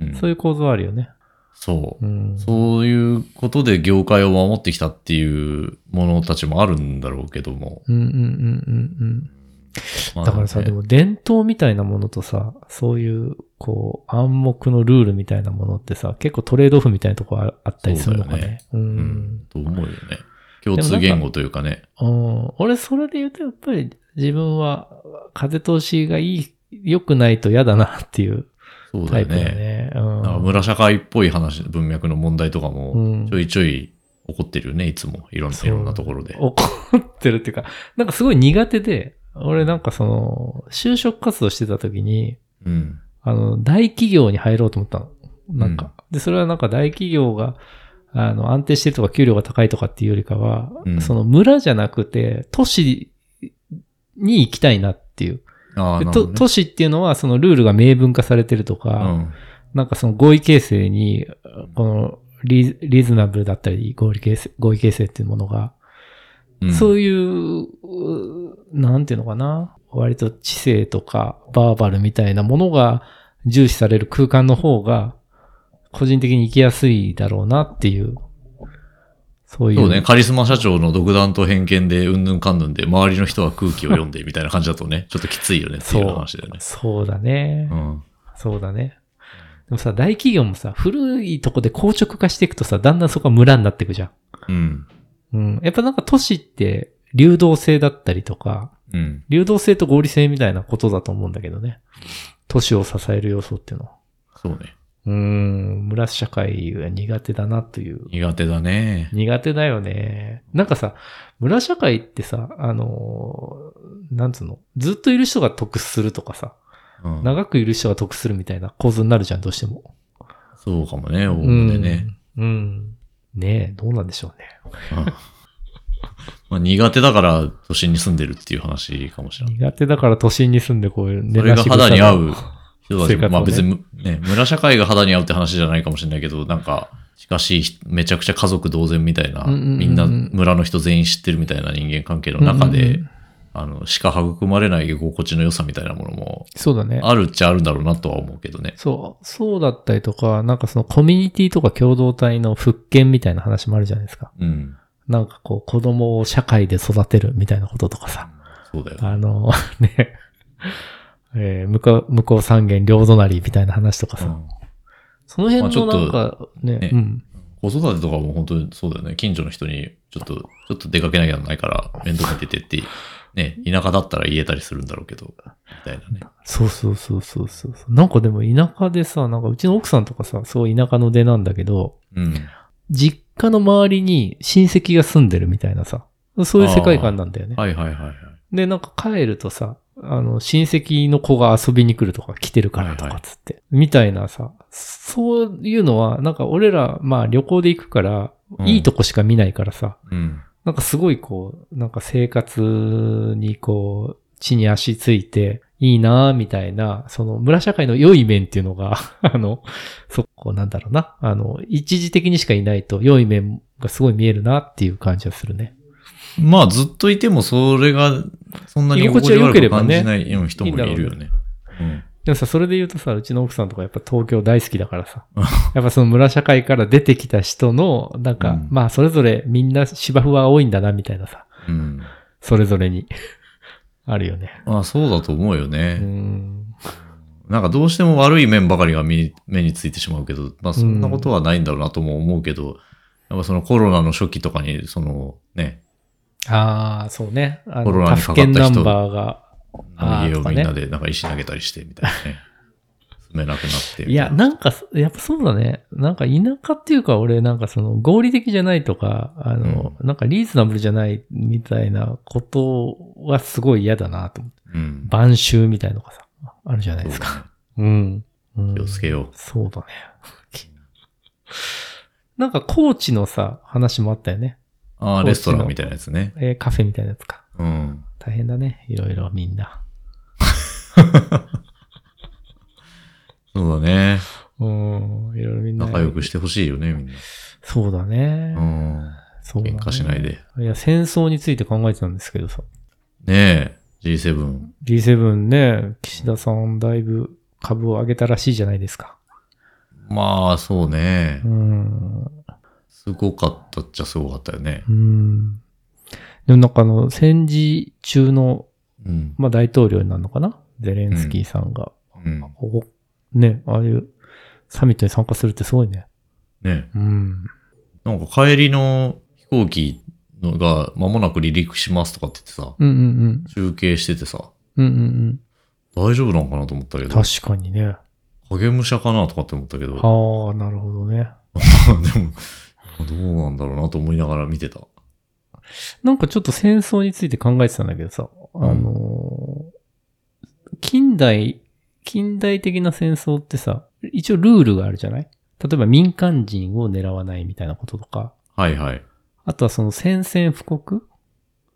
うん
そういう構造あるよね。
そうう。
ん。
そういうことで業界を守ってきたっていうものたちもあるんだろうけども。
うんうんうんうんうん。
まあ
だからさ、
ね
でも伝統みたいなものとさ、そういう、こう、暗黙のルールみたいなものってさ、結構トレードオフみたいなとこああったりするのかね。う
うんん。。と思うよね。共通言語というかね。
うん、俺、それで言うと、やっぱり自分は風通しがいい、良くないと嫌だなっていう
そうだ
タイ
よ
プだよ
ね。
ね。
なんか
うん
村社会っぽい話、文脈の問題とかも、
うん
ちょいちょい起こってるよね、いつも。いろんな
そう
いろんなところで。
怒ってるっていうか、なんかすごい苦手で、俺なんかその、就職活動してた時に、
うん。
あの、大企業に入ろうと思ったの。なんか。で、それはなんか大企業が、あの、安定してるとか給料が高いとかっていうよりかは、
うん
その村じゃなくて、都市に行きたいなっていう。
ああ、
で
なる
と
ほど、ね。
都市っていうのは、そのルールが明文化されてると
う
か、
ん。
なんかその合意形成に、このリ、リーズナブルだったり、合理形成、合意形成っていうものが、
うん、
そういう、うなんていうのかな。割と知性とかバーバルみたいなものが重視される空間の方が、個人的に行きやすいだろうなっていう、そういう。
そうね、カリスマ社長の独断と偏見で、うんぬんかんぬんで、周りの人は空気を読んで、みたいな感じだとね、ちょ *laughs* っときついよねっていう話だよね。
そうだね。
うん。
そうだね。でもさ、大企業もさ、古いとこで硬直化していくとさ、だんだんそこは村になっていくじゃん。
うん。
うん。やっぱなんか都市って流動性だったりとか、
うん。
流動性と合理性みたいなことだと思うんだけどね。都市を支える要素っていうのは。
そうね。
うーん、村社会が苦手だなという。
苦手だね。
苦手だよね。なんかさ、村社会ってさ、あのー、なんつうの、ずっといる人が得するとかさ、
うん。
長くいる人が得するみたいな構図になるじゃん、どうしても。
そうかもね、おおむねね。
うん。うん。ねえ、どうなんでしょうね。
うんまあ、苦手だから都心に住んでるっていう話かもしれない。
苦手だから都心に住んでこういう、
それが肌に合う人たち
生活をね
も、まあ別にむ、ね、村社会が肌に合うって話じゃないかもしれないけど、なんか、しかし、めちゃくちゃ家族同然みたいな、
うんうんうん
みんな村の人全員知ってるみたいな人間関係の中で、
うんうんうん
あの、しか育まれない居心地の良さみたいなものも、
そうだね。
あるっちゃあるんだろうなとは思うけどね。
そう、そうだったりとか、なんかそのコミュニティとか共同体の復権みたいな話もあるじゃないですか。
うん。
なんかこう、子供を社会で育てるみたいなこととかさ。
そうだよ。
あの、 *laughs* ね、えー向こう、向こう三元両隣みたいな話とかさ。
うん
その辺の
まあちょ
なん
っと
かね、
ね
うん。
子育てとかも本当にそうだよね。近所の人に、ちょっと、ちょっと出かけなきゃならないから、面倒見ててって、ね、田舎だったら言えたりするんだろうけど、みたいなね。
そうそうそうそうそうそう。なんかでも田舎でさ、なんかうちの奥さんとかさ、すごい田舎の出なんだけど、
うん。
実家の周りに親戚が住んでるみたいなさ、そういう世界観なんだよね。
はいはいはいはい。
で、なんか帰るとさ、あの、親戚の子が遊びに来るとか、来てるからと
はいは
か
い
つって、みたいなさ、そういうのは、なんか俺ら、まあ旅行で行くから、
うん
いいとこしか見ないからさ、
うん。
なんかすごいこう、なんか生活にこう、地に足ついて、いいなぁ、みたいな、その村社会の良い面っていうのが、 *laughs* あの、そこなんだろうな、あの、一時的にしかいないと良い面がすごい見えるなっていう感じがするね。
まあずっといてもそれが、そんなに
居心地が良ければ
居
ね
心地が悪く感じない人もいるよね。うん。
でもさ、それで言うとさ、うちの奥さんとかやっぱ東京大好きだから
*laughs*
さ、やっぱその村社会から出てきた人の、なんか、
うん
まあそれぞれみんな芝生は多いんだな、みたいなさ、
うん。
それぞれに *laughs* あるよね。
まあそうだと思うよ
う
ね。
ん。
なんかどうしても悪い面ばかりが目に目についてしまうけど、まあそんなことはないんだろうなとも思うけど、やっぱそのコロナの初期とかに、そのね、
ああ、そうね。あ
コロ
の、
ナ
他
にかかった人
府県ナンバーが。あー
家
と
を
かね
みんなでなんか石投げたりしてみたい
*laughs*
なね。住めなくなってみたない
や、なんか、やっぱそうだね。なんか田舎っていうか、俺なんかその合理的じゃないとか、あの、なんかリーズナブルじゃないみたいなことはすごい嫌だなと思って。
うん。
晩秋みたいのがさ、あるじゃないですか。
か。
うん。
気をつけよう。
そうだね。 *laughs* なんか、高知のさ、話もあったよね。
ああ、レストランみたいなやつね。
えーカフェみたいなやつか。
うん。
大変だね。いろいろみんな。
そうだね。
うん。いろいろみんな。
仲良くしてほしいよね、みんな。
そうだね。
うん。
そうだね
喧嘩しない。で。
いや、戦争について考えてたんですけどさ。
ねえ、G7。
G7 ね、岸田さんだいぶ株を上げたらしいじゃないですか。
まあ、そうね
う。ん。
すごかったっちゃすごかったよね
う。ん。でもなんかあの、戦時中の、
うん。
まあ大統領になるのかなゼレンスキーさんが。
うん。
おね、ああいうサミットに参加するってすごいね。
ね
うん。
えなんか帰りの飛行機のが間もなく離陸しますとかって言ってさ、
うんうん
中継しててさ、
うん。うんうん
大丈夫なのかなと思ったけ
うん。
ど、
確かにね。
影武者かなとかって思ったけど、
あ
でも、
あ、なるほどね。
*laughs* どうなんだろうなと思いながら見てた。
なんかちょっと戦争について考えてたんだけどさ、あのー近代、近代的な戦争ってさ、一応ルールがあるじゃない例えば民間人を狙わないみたいなこととか、
はいはい。
あとはその宣戦布告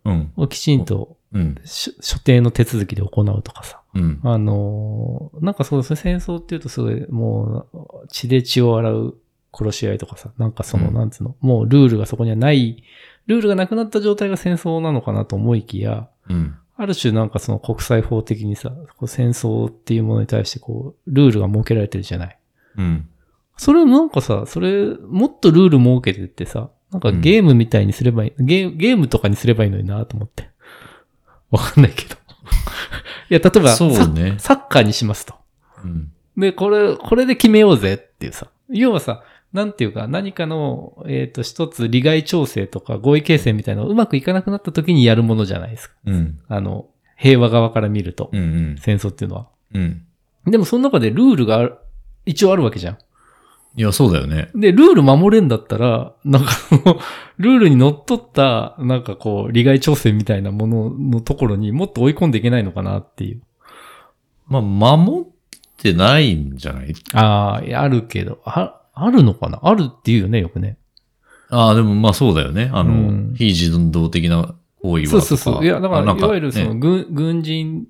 うん。
をきちんと
うん。
し所定の手続きで行うとかさ、
うん。
あのーなんかそうですね、戦争っていうとすごい、もう、血で血を洗う殺し合いとかさ、なんかその、
うん
なんつうの、もうルールがそこにはない、ルールがなくなった状態が戦争なのかなと思いきや、
うん。
ある種なんかその国際法的にさ、こう戦争っていうものに対してこう、ルールが設けられてるじゃない。
うん。
それをなんかさ、それ、もっとルール設けてってさ、なんかゲームみたいにすればいい、ゲーゲームとかにすればいいのになと思って。わかんないけど。 *laughs* いや、例えば、
そ
サ
う
ッ
ね。
サッカーにしますと。
うん。
で、これ、これで決めようぜっていうさ。要はさ、なんていうか、何かの、えっ、と、一つ利害調整とか合意形成みたいなのうまくいかなくなった時にやるものじゃないですか。
うん。
あの、平和側から見ると、
うん。うん。
戦争っていうのは。
うん。
でもその中でルールがある一応あるわけじゃん。
いや、そうだよね。
で、ルール守れんだったら、なんかその、ルールに則っとった、なんかこう、利害調整みたいなもののところにもっと追い込んでいけないのかなっていう。
まあ、守ってないんじゃない
ああ、いやあるけど、あ、あるのかなあるっていうよね、よくね。
ああ、でもまあそうだよね。あの、
うん
非人道的な行為はと
そう
か。
そうそう。いや、だか
あ
ら、
なん
いわゆるその、
ね
軍、軍人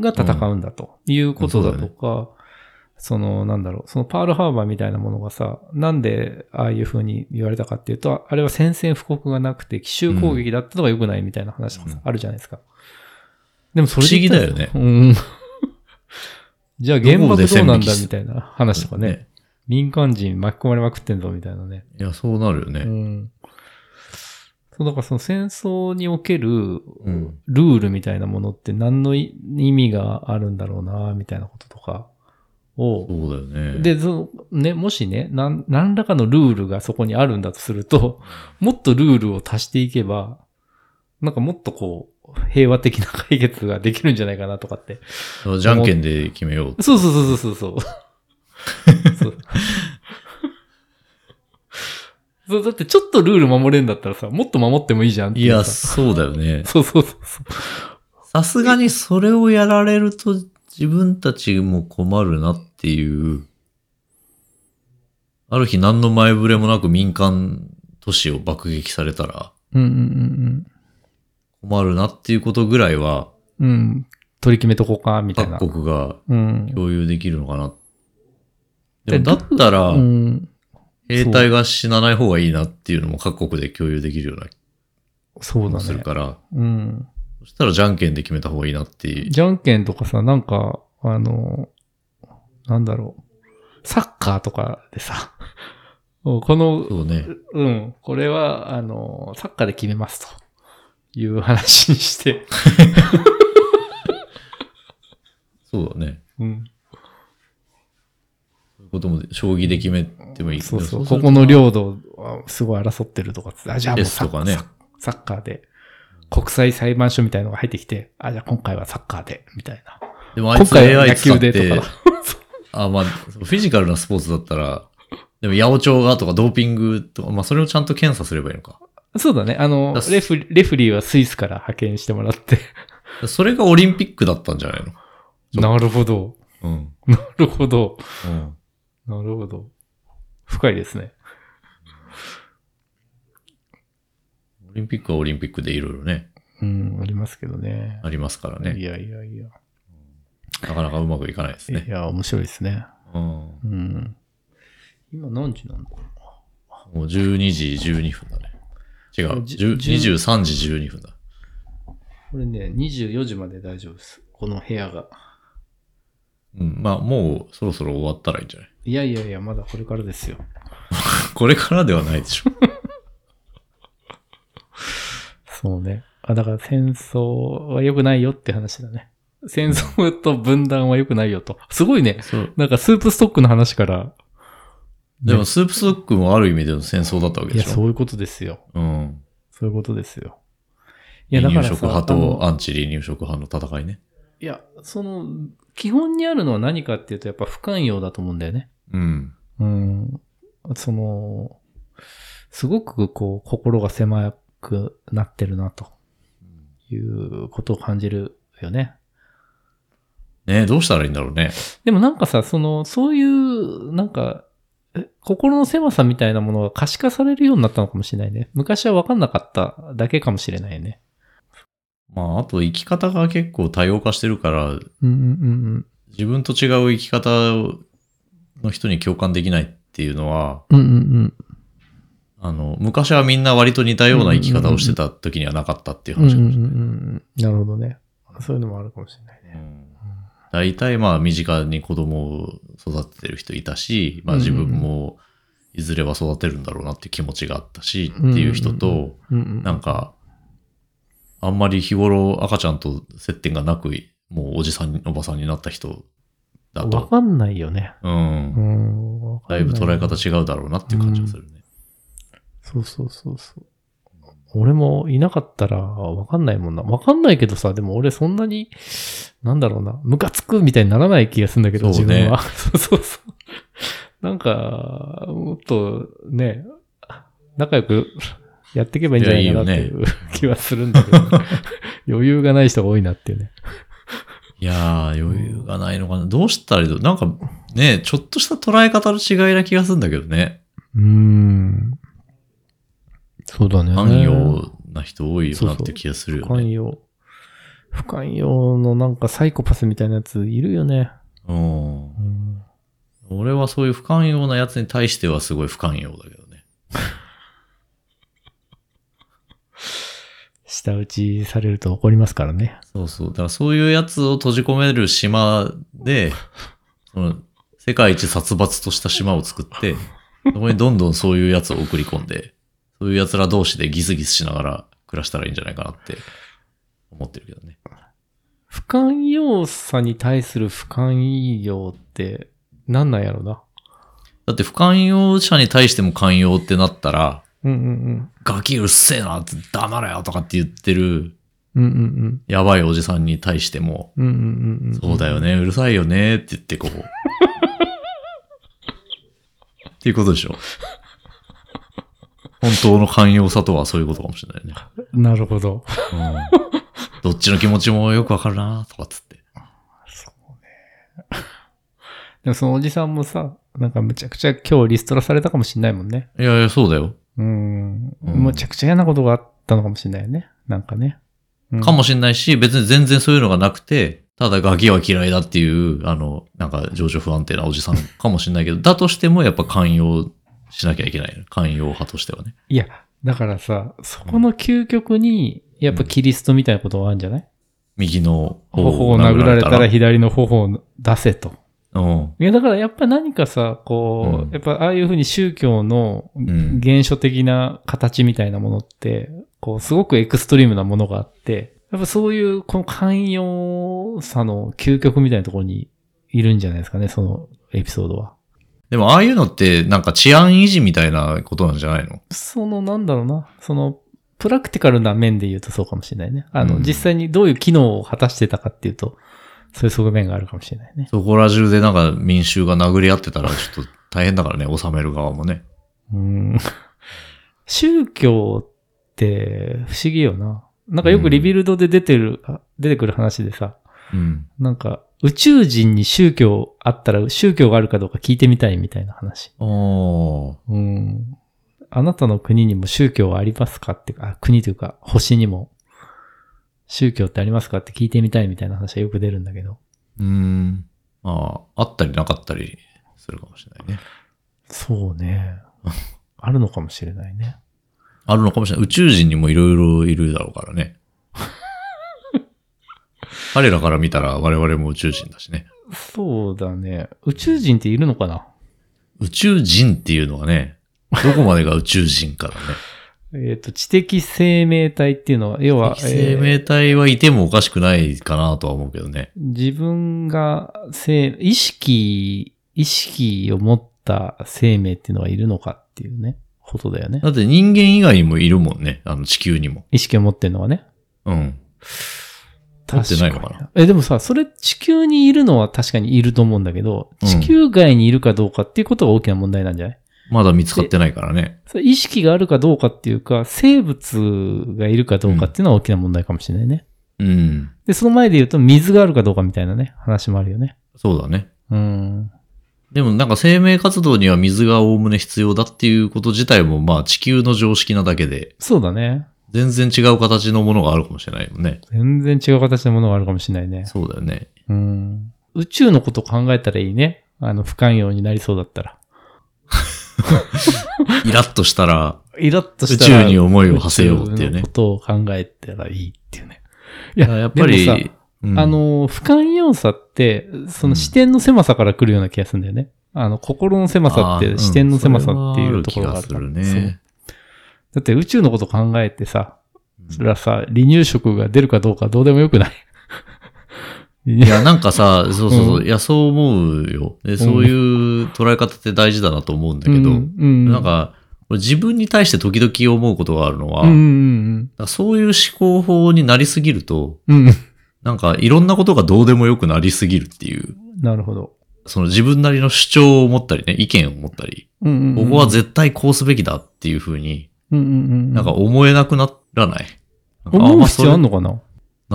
が戦うんだということだとか、その、なんだろう、そのパールハーバーみたいなものがさ、なんでああいう風に言われたかっていうと、あれは宣戦布告がなくて、奇襲攻撃だったのが良くないみたいな話とかさ、
うん
あるじゃないですか。でもそれ
不思議だよ
で言
ね
ったらうん。 *laughs* じゃあ
ど
原
こで
爆どう
線
なん
引き
だ
す
みたいな話とかね。。民間人巻き込まれまくってんぞみたいなね。
いや、そうなるよね。
うん。そう、だからその戦争における
ん
ルールみたいなものって何のい意味があるんだろうな、みたいなこととかを、
そうだよね。、
で、その、ね、もしね、なん、何らかのルールがそこにあるんだとすると、もっとルールを足していけば、なんかもっとこう、平和的な解決ができるんじゃないかなとかって。
じゃんけんで決めよう。
そうそうそ
*laughs*
うそうそうそう。そうそうだってちょっとルール守れんだったらさ、もっと守って *laughs* もいいじゃんって
いうや、
さ
そうだよね。
そうそうそうそう。
さすがにそれをやられると自分たちも困るなっていう。ある日何の前触れもなく民間都市を爆撃されたら
うんうん
困るなっていうことぐらいは
うんうん。うん。取り決めとこうか、みたいな。
各国が
うん。
共有できるのかな。で
で
もだったら
うん。
兵隊が死なない方がいいなっていうのも各国で共有できるような
そ
気
うだ
もする
ね。
から、
うん。
そしたらじゃんけんで決めた方がいいなっていう。
じゃんけんとかさ、なんか、あの、なんだろう。サッカーとかでさ、この
そうね。
うん、これは、あの、サッカーで決めますと。いう話にして。
そうだね。
うん。
そういうことも将棋で決めてもいい
そうそう。
する
ことこの領土はすごい争ってるとかっつって、あ、じゃあも
で
う
す
サ
と
ッ
かね
サッサッカーで。国際裁判所みたいのが入ってきて、あ、じゃあ今回はサッカーで、みたいな。
でもあい
今
つ
回は
AI
野
使っ
球
て
でとか。
あ、まあ、フィジカルなスポーツだったら、でも、八百長がとかドーピングとか、まあ、それをちゃんと検査すればいいのか。
そうだね。あの
だ、す
レフリレフリーはスイスから派遣してもらって。
それがオリンピックだったんじゃないのそう
なるほど。
うん。
なるほど。
うん。
なるほど。深いですね。
オリンピックはオリンピックでいろいろね、
うん、ありますけどね。
ありますから
い
ね。
やいやいや。
なかなかうまくいかないです
い
ね。
や、面白いですね。
うん。
うん。今何時なの
もう12時12分だね。違う。
じ
10 23時12分だ。
これね、24時まで大丈夫です。この部屋が。
うん。まあ、もうそろそろ終わったらいいんじゃない *laughs*
いやいやいや、まだこれからですよ。
これからではないでしょ。
そうね。あ、だから戦争は良くないよって話だね。戦争と分断は良くないよと。すごいね。
そう。
なんかスープストックの話から。
でも、スープストックもある意味での戦争だったわけ
い
で
や、
しょ。
そういうことですよ。
うん。
そういうことですよ。い
離
や、だか
乳食
らさ、
派
あの
とアンチ離乳食派の戦いね。
いや、その、基本にあるのは何かっていうと、やっぱ不寛容だと思うんだよね。
うん。
うん、その、すごくこう、心が狭くなってるな、ということを感じるよね。
ねどうしたらいいんだろうね。
でもなんかさ、その、そういう、なんか、え心の狭さみたいなものが可視化されるようになったのかもしれないね。昔は分かんなかっただけかもしれないね。
まあ、あと生き方が結構多様化してるから、
うんうんうん
自分と違う生き方の人に共感できないっていうのは、
うん。うんうん
あの、昔はみんな割と似たような生き方をしてた時にはなかったっていう
うん。うん
話
う
かも
ん
しれ
うんう
ない。
ん。なるほどね。そういうのもあるかもしれないね。
うん大体まあ身近に子供を育ててる人いたし、まあ自分もいずれは育てるんだろうなっていう気持ちがあったしっていう人
うんう
と、
うんうん。
なんか、あんまり日頃赤ちゃんと接点がなく、もうおじさん、おばさんになった人だ
分
と、
かんないよね。
うん
う、ん。わかん
だ
ない
ぶ捉え方違うだろうなっていう感じがするね。
そうそうそうそう。俺もいなかったらわかんないもんな。わかんないけどさ、でも俺そんなに、なんだろうな、ムカつくみたいにならない気がするんだけど、
そうね
自分は。 *laughs* そうそうそう。なんか、もっとね、仲良くやっていけばいいんじゃないかなっていう *laughs* 気はするんだけど、
*laughs*
余裕がない人が多いなっていうね。
いやー、余裕がないのかな。どうしたらいいのなんかね、ちょっとした捉え方の違いな気がするんだけどね。
うーん。そうだね。
寛容な人多いよなって気がするよ
不
ね。
寛容。不寛容のなんかサイコパスみたいなやついるよね。
うん
う。ん
俺はそういう不寛容なやつに対してはすごい不寛容だけどね。
舌打ちされると怒りますからね。
そうそう。だからそういうやつを閉じ込める島で、その、世界一殺伐とした島を作って、そこにどんどんそういうやつを送り込んで、そういうやつら同士でギスギスしながら暮らしたらいいんじゃないかなって思ってるけどね。
不寛容さに対する不寛容って何なんやろな。
だって不寛容者に対しても寛容ってなったら、
うんうん
ガキうっせえなって黙れよとかって言ってる
うん。うんうん
やばいおじさんに対しても、
うん。うんうんうんうん。
そうだよね、うるさいよねって言って
*laughs*
こう。っていうことでしょ。本当の寛容さとはそういうことかもしれないね。
なるほど。
うん、どっちの気持ちもよくわかるなとかっつって。
そうね。でもそのおじさんもさ、なんかむちゃくちゃ今日リストラされたかもしんないもんね。
いやいや、そうだよ。
う
う
ん。
ん
むちゃくちゃ嫌なことがあったのかもしんないよね。なんかね。うん
かもしれないし、別に全然そういうのがなくて、ただガキは嫌いだっていう、あの、なんか情緒不安定なおじさんかもしれないけど、だとしてもやっぱ寛容しなきゃいけない。寛容派としてはね。
いや、だからさ、そこの究極に、やっぱキリストみたいなことがあるんじゃない、
右の
頬を殴られたら左の頬を出せと。
うん。
いや、だからやっぱ何かさ、こう、
うん
やっぱああいうふうに宗教の
ん
原初的な形みたいなものって、こう、すごくエクストリームなものがあって、やっぱそういう、この寛容さの究極みたいなところにいるんじゃないですかね、そのエピソードは。
でも、ああいうのって、なんか治安維持みたいなことなんじゃないの
そのなんだろうな、そのプラクティカルな面で言うとそうかもしれないね。あの、
うん
実際にどういう機能を果たしてたかっていうと、そういう側面があるかもしれないね。
そこら中でなんか民衆が殴り合ってたら、ちょっと大変だからね、収める側もね。
うん。宗教って不思議よな。なんかよくリビルドで出てる、あ出てくる話でさ、
うん。
なんか宇宙人に宗教あったら宗教があるかどうか聞いてみたいみたいな話。
おー。
うん。あなたの国にも宗教はありますかってか、あ国というか星にも宗教ってありますかって聞いてみたいみたいな話はよく出るんだけど。
うーん。まあ、あったりなかったりするかもしれないね。
そうね。 *laughs* あるのかもしれないね。
あるのかもしれない。宇宙人にもいろいろいるだろうから
*laughs*
ね。彼らから見たら我々も宇宙人だしね。
そうだね。宇宙人っているのかな
宇宙人っていうのはね、どこまでが宇宙人かだね。
えっ、と、知的生命体っていうのは、 *laughs* 要は、
生
えー
命体はいてもおかしくないかなとは思うけどね。
自分が生、意識、意識を持った生命っていうのはいるのかっていうね、ことだよね
だ。って人間以外にもいるもんね。あの地球にも。
意識を持ってるのはね。
うん。持って
確
ない
に
のかな
え、でもさ、それ地球にいるのは確かにいると思うんだけど、
うん
地球外にいるかどうかっていうことが大きな問題なんじゃない、
まだ見つかってないからね。
それ意識があるかどうかっていうか、生物がいるかどうかっていうのは大きな問題かもしれないね。
うん。
で、その前で言うと、水があるかどうかみたいなね、話もあるよね。
そうだね。
うん。
でもなんか生命活動には水がおおむね必要だっていうこと自体もまあ地球の常識なだけで、
そうだね。
全然違う形のものがあるかもしれないよね。
全然違う形のものがあるかもしれないね。
そうだよね。
うん。宇宙のことを考えたらいいね。あの、不寛容になりそうだったら。
イラッとしたら、
イラッと
宇
したら。
宙に思いを馳せようっていう
宇宙の
ね
こ。とを考えたらいいっていうね。い
い
や、
ややっぱり、
でもさ
うん
あ、の、不寛容さって、その視点の狭さから来るような気がするんだよね。あの、心の狭さっ
あーう
て
ん
視点の狭さっていうところがある
そ
か
れ
ら。
はある気がす
そ
る
う
ね。
だって宇宙のこと考えてさ、そ
うん
らさ、離乳食が出るかどうかどうでもよくない。い
いや、なんかさ、そうそうそう、
うん
いや、そう思うよ。で、そういう捉え方って大事だなと思うんだ
*laughs* う
けど、
んうん、
なんか、俺自分に対して時々思うことがあるのは、
うん、う
なん
ん
かそういう思考法になりすぎると、
うん、うん。
なんかいろんなことがどうでもよくなりすぎるっていう、
なるほど。
その自分なりの主張を持ったりね、意見を持ったり、
うんうんう
こ
ん
こは絶対こうすべきだっていうふうに、
うんうんうん、
なんか思えなくならない。なんか
思う
ま
必要あん
それ
のかな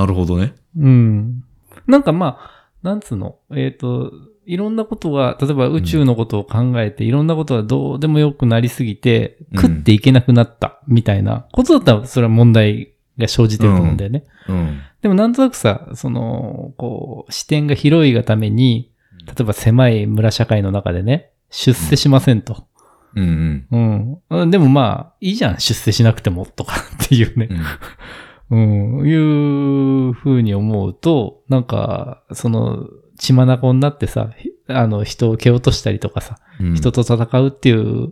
なるほどね。
うん。なんかまあ、なんつうの、えっ、と、いろんなことが、例えば宇宙のことを考えて、いろんなことがどうでもよくなりすぎて、
うん
食っていけなくなった、みたいなことだったら、それは問題が生じてると思うんだよね。
うん。
でもなんとなくさ、その、こう、視点が広いがために、例えば狭い村社会の中でね、出世しませんと。
うんうん。
うん。うんでもまあ、いいじゃん、出世しなくても、とかっていうね
う。ん
うん、いうふうに思うと、なんか、その、血眼になってさ、ひあの、人を蹴落としたりとかさ、
うん
*laughs* 人と戦うっていう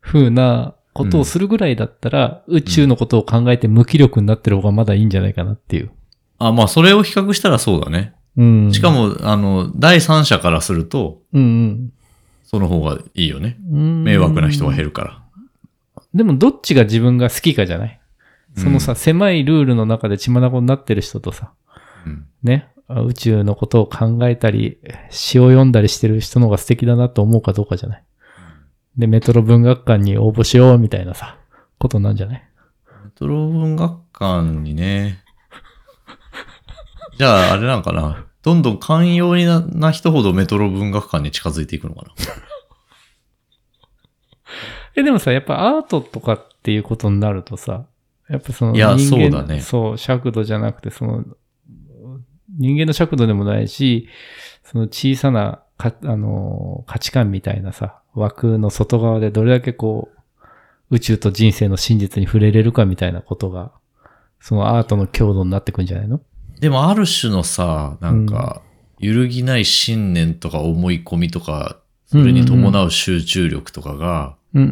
ふうなことをするぐらいだったら、宇宙のことを考えて無気力になってる方がまだいいんじゃないかなっていう。
あ、まあ、それを比較したらそうだね。
うん。
しか、も、あの、第三者からすると、
うん
その方がいいよね。
うん、うん。
迷惑な人が減るから。
でもどっちが自分が好きかじゃないそのさ、狭いルールの中で血眼になってる人とさ、
うん
ね、あ宇宙のことを考えたり、詩を読んだりしてる人の方が素敵だなと思うかどうかじゃない。で、メトロ文学館に応募しようみたいなさ、ことなんじゃない
メトロ文学館にね。 *laughs* じゃあ、あれなんかな。どんどん寛容になな人ほどメトロ文学館に近づいていくのかな。
え、でもさ、やっぱアートとかっていうことになるとさ、やっぱその
いや
人間
そうだね
そう、尺度じゃなくて、その、人間の尺度でもないし、その小さなか、あのー、価値観みたいなさ、枠の外側でどれだけこう、宇宙と人生の真実に触れれるかみたいなことが、そのアートの強度になってくんじゃないの
でも、ある種のさ、なんか、揺るぎない信念とか思い込みとか、それに伴う集中力とかが、
うんうん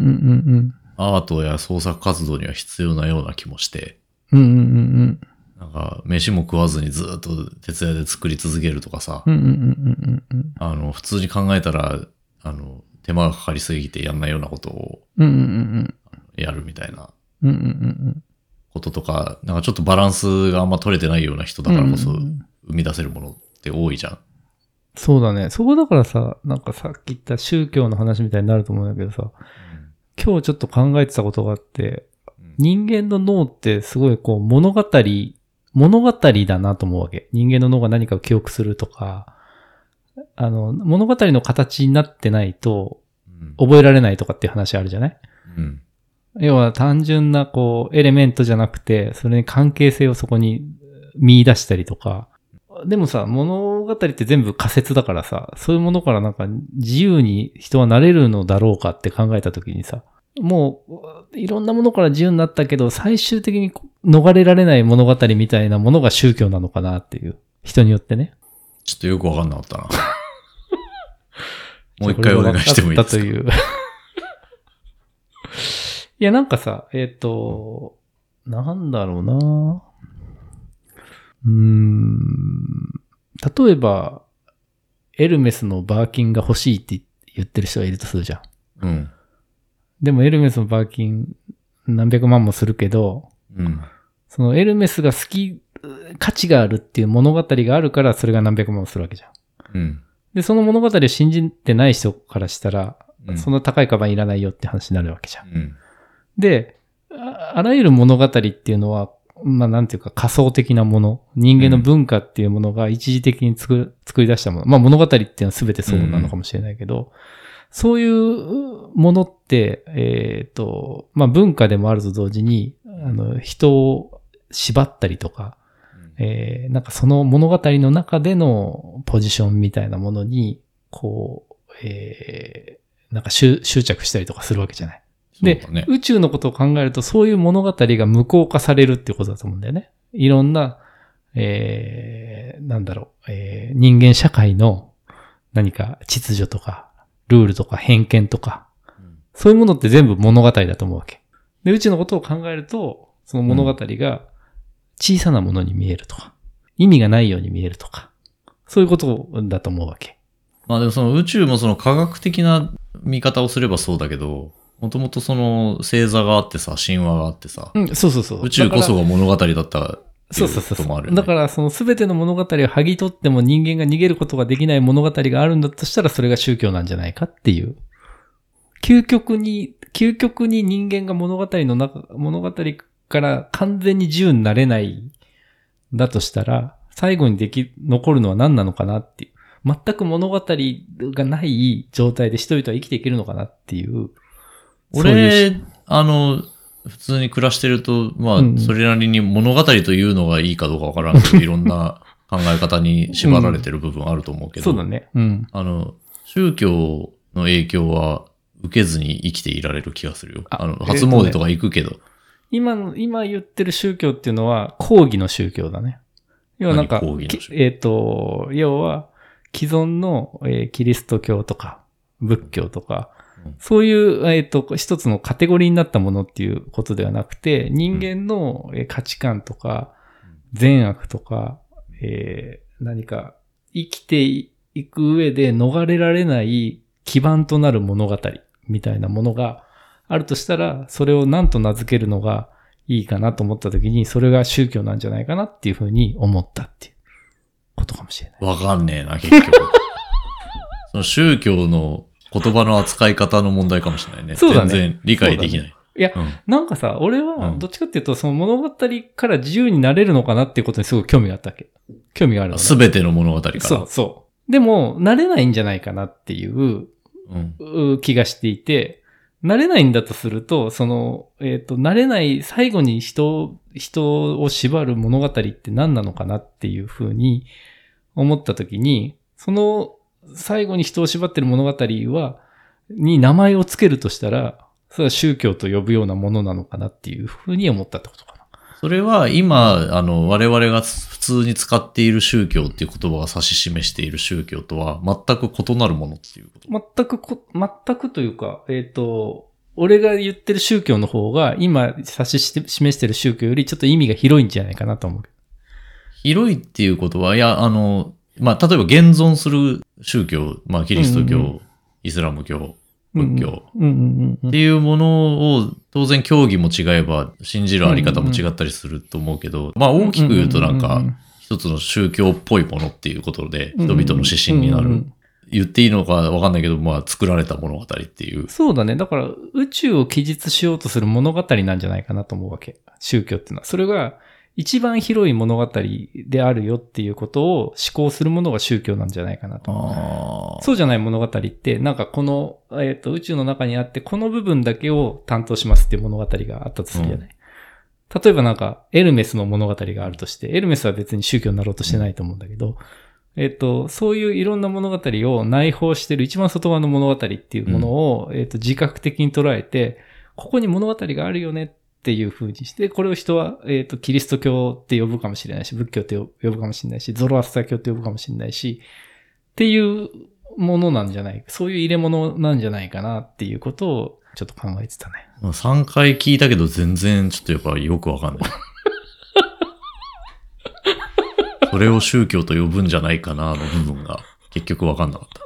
うん
アートや創作活動には必要なような気もして。
うん。うんうんうん
なんか、飯も食わずにずっと徹夜で作り続けるとかさ
うん。う、んうんうんうんうん。
あの、普通に考えたら、あの、手間がかかりすぎてやんないようなことを
うんうんうん
やるみたいな
うん。うんうんうん
こととか、なんかちょっとバランスがあんま取れてないような人
う
だ
ん。
からこそ
うんうんう
生
ん
み出せるものって多いじゃん。
そうだね。そこだからさ、なんかさっき言った宗教の話みたいになると思うんだけどさ、今日ちょっと考えてたことがあって、
うん
人間の脳ってすごいこう物語、物語だなと思うわけ。人間の脳が何かを記憶するとか、あの、物語の形になってないと覚えられないとかっていう話あるじゃない
うん。
要は単純なこうエレメントじゃなくて、それに関係性をそこに見出したりとか。でもさ、物語って全部仮説だからさ、そういうものからなんか自由に人はなれるのだろうかって考えた時にさ、もういろんなものから自由になったけど、最終的に逃れられない物語みたいなものが宗教なのかなっていう。人によってね。
ちょっとよくわかんなかった
*laughs*
な。もう一回お願いしてもいいです
こ
か
れが分かったという。 *laughs* いや、なんかさ、えっ、と、なんだろうなうーん。例えば、エルメスのバーキンが欲しいって言ってる人がいるとするじゃん。
うん。
でもエルメスのバーキン何百万もするけど、
うん。
そのエルメスが好き、価値があるっていう物語があるからそれが何百万もするわけじゃ
う
ん。
ん。
で、その物語を信じてない人からしたら、
うん
そんな高いカバンいらないよって話になるわけじゃん。
うん。
で、ああらゆる物語っていうのは、まあなんていうか仮想的なもの、人間の文化っていうものが一時的に作る作り出したもの。まあ物語っていうのは全てそうなのかもしれないけど、そういうものって、えっ、と、まあ文化でもあると同時に、あの、人を縛ったりとか、えーなんかその物語の中でのポジションみたいなものに、こう、えーなんか執執着したりとかするわけじゃない。で
そうだね。
宇宙のことを考えると、そういう物語が無効化されるっていうことだと思うんだよね。いろんな、えー、なんだろう、えー、人間社会の何か秩序とか、ルールとか偏見とか、そういうものって全部物語だと思うわけ。で、宇宙のことを考えると、その物語が小さなものに見えるとか、意味がないように見えるとか、そういうことだと思うわけ。
まあでもその宇宙もその科学的な見方をすればそうだけど、もともとその星座があってさ、神話があってさ、
うん、そうそうそう。
宇宙こ
だから
そが物語だった。
そうそう
ってい
そう
うこともある
そ
よ
う。
ね
だから、その全ての物語を剥ぎ取っても人間が逃げることができない物語があるんだとしたら、それが宗教なんじゃないかっていう。究極に、究極に人間が物語の中、物語から完全に自由になれないんだとしたら、最後にでき、残るのは何なのかなっていう。全く物語がない状態で人々は生きていけるのかなっていう。そういう
俺、あの、普通に暮らしてると、まあ
うん、
それなりに物語というのがいいかどうかわからん
*laughs*
けど、いろんな考え方に縛られてる部分あると思うけど、
そうだね。うん。
あの、宗教の影響は受けずに生きていられる気がするよ。
あ
あの、
えー
初
とね
詣とか行くけど、
今の、今言ってる宗教っていうのは、抗義の宗教だね。要はなんか、
何抗議の宗教
きえっ、と、要は、既存の、えーキリスト教とか、仏教とか、
うん
そういう、えっ、と、一つのカテゴリーになったものっていうことではなくて、人間の、えー価値観とか、善悪とか、えー何か、生きていく上で逃れられない基盤となる物語みたいなものがあるとしたら、それを何と名付けるのがいいかなと思った時に、それが宗教なんじゃないかなっていうふうに思ったっていうことかもしれない。
わかんねえな、結
*laughs*
局。その宗教の言葉の扱い方の問題かもしれないね。
そうだね
全然理解できない。
いや
うん
なんかさ、俺は
うん
どっちかっていうと、その物語から自由になれるのかなっていうことにすごい興味があったわけ。興味があるのね
すべての物語から。
そうそう。でも、なれないんじゃないかなっていう
うん。
う気がしていて、慣れないんだとすると、その、えっ、と、慣れない、最後に人を、人を縛る物語って何なのかなっていうふうに思ったときに、その最後に人を縛ってる物語は、に名前をつけるとしたら、それは宗教と呼ぶようなものなのかなっていうふうに思ったってことかな。
それは今、あの、我々が普通に使っている宗教っていう言葉が指し示している宗教とは全く異なるものっていうこと。
全くこ、全くというか、えっ、と、俺が言ってる宗教の方が、今指しして示してる宗教よりちょっと意味が広いんじゃないかなと思う。
広いっていうことは、いや、あの、まあ、例えば現存する宗教、まあ、キリスト教、
うんう
イスラム教、仏教、
うんうんうんう
っ
ん
ていうものを、当然教義も違えば、信じるあり方も違ったりすると思うけど、まあ大きく言うとなん
う
か、
ん
一つの宗教っぽいものっていうことで、
うん
人
うん
々の指針にな
うんう
る。
ん
言っていいのかわかんないけど、まあ作られた物語っていう。
そうだね。だから、宇宙を記述しようとする物語なんじゃないかなと思うわけ。宗教っていうのは。それが、一番広い物語であるよっていうことを思考するものが宗教なんじゃないかなと思う。
あ
そうじゃない物語って、なんかこの、えっ、と、宇宙の中にあって、この部分だけを担当しますっていう物語があったとするじゃない。例えばなんか、エルメスの物語があるとして、エルメスは別に宗教になろうとしてないと思うんだけど、えっ、と、そういういろんな物語を内包してる一番外側の物語っていうものを、えっ、と、自覚的に捉えて、ここに物語があるよねっていう風にして、これを人は、えっ、と、キリスト教って呼ぶかもしれないし、仏教って呼ぶかもしれないし、ゾロアスター教って呼ぶかもしれないし、っていうものなんじゃない、そういう入れ物なんじゃないかなっていうことをちょっと考えてたね。
あ。3回聞いたけど、全然ちょっとやっぱよくわかんない。それを宗教と呼ぶんじゃないかな、の部分が、結局わかんなかった。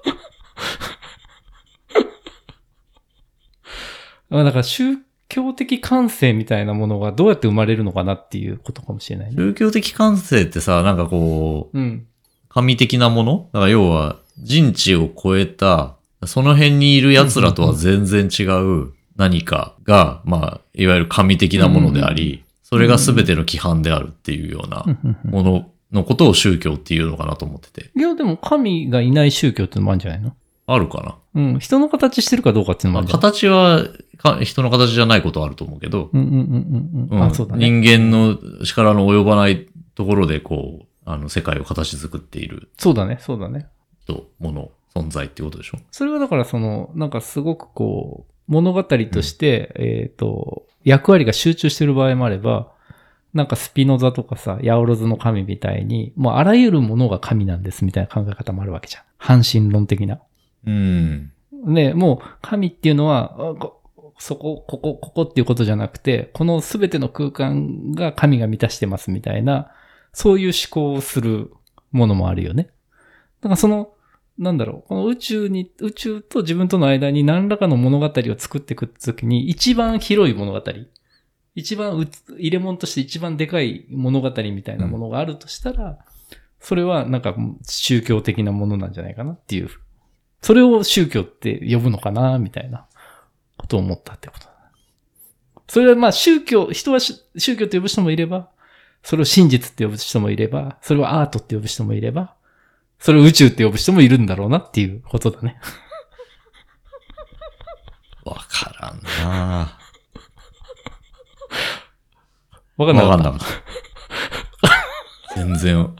まあだから宗教的感性みたいなものがどうやって生まれるのかなっていうことかもしれないね。
宗教的感性ってさ、なんかこう、
うん。
神的なものだから要は、人知を超えたその辺にいる奴らとは全然違う何かが、まあ、いわゆる神的なものであり、それが全ての規範であるっていうような
うんうんうん
もののことを宗教っていうのかなと思ってて。
いや、でも神がいない宗教ってのもあるんじゃないの
あるかな
うん。人の形してるかどうかっていうの
ま
もあ
あ、
るじゃん。
形はか人の形じゃないことはあると思うけど、
うんうんうんうんうん。
うん
あ、そうだね。
人間の力の及ばないところで、こう、あの、世界を形作っている
そうだね、そうだね。
と、もの、存在っていうことでしょ
それはだからその、なんかすごくこう、物語として、えっ、と、役割が集中してる場合もあれば、なんかスピノザとかさ、ヤオロズの神みたいに、もうあらゆるものが神なんですみたいな考え方もあるわけじゃん。半神論的な。
うん。
ね、もう神っていうのは、あこそこ、ここ、ここっていうことじゃなくて、このすべての空間が神が満たしてますみたいな、そういう思考をするものもあるよね。だからその、なんだろう、この宇宙に、宇宙と自分との間に何らかの物語を作っていくときに、一番広い物語、一番う入れ物として一番でかい物語みたいなものがあるとしたら、それはなんか宗教的なものなんじゃないかなっていうそれを宗教って呼ぶのかな、みたいなことを思ったってことだな。それはまあ宗教、人はし宗教と呼ぶ人もいれば、それを真実って呼ぶ人もいれば、それをアートって呼ぶ人もいれば、それを宇宙って呼ぶ人もいるんだろうなっていうことだね。
わからんな
わ
ぁ。
かんな
わか
い
んなかった。 *laughs* 全然、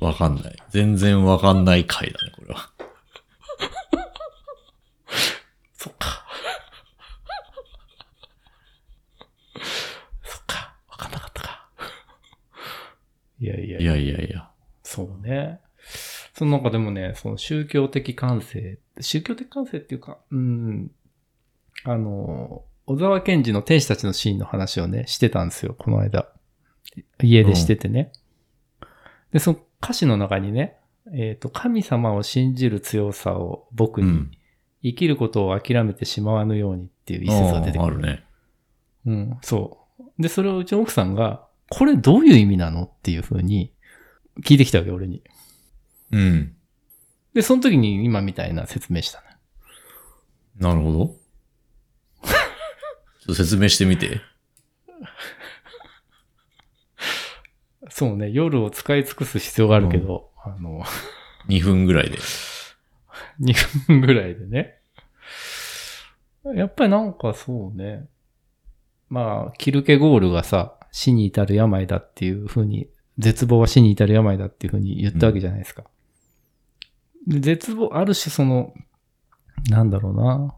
わかんない。全然わかんない回だね、これは。
そっか。そっか。わかんなかったか。いやいやいや
いやいやいや。
そうね。そのなんかでもね、その宗教的感性、宗教的感性っていうか、うん、あの、小沢健二の天使たちのシーンの話をね、してたんですよ、この間。家でしててね。で、その歌詞の中にね、えっ、と、神様を信じる強さを僕
う
に、
ん。
生きることを諦めてしまわぬようにっていう一節が出て
あ
く
あ
る
る。ね。
うん、そう。で、それをうちの奥さんが、これどういう意味なのっていうふうに聞いてきたわけ、俺に。
うん。
で、その時に今みたいな説明したね。
なるほ *laughs* ど。ちょっと説明してみて。
そうね、夜を使い尽くす必要があるけど、あの、
2分ぐらいで。
*laughs* 2分ぐらいでね。やっぱりなんかそうね。まあ、キルケゴールがさ、死に至る病だっていうふうに、絶望は死に至る病だっていうふうに言ったわけじゃないですか。で絶望、ある種その、なんだろうな。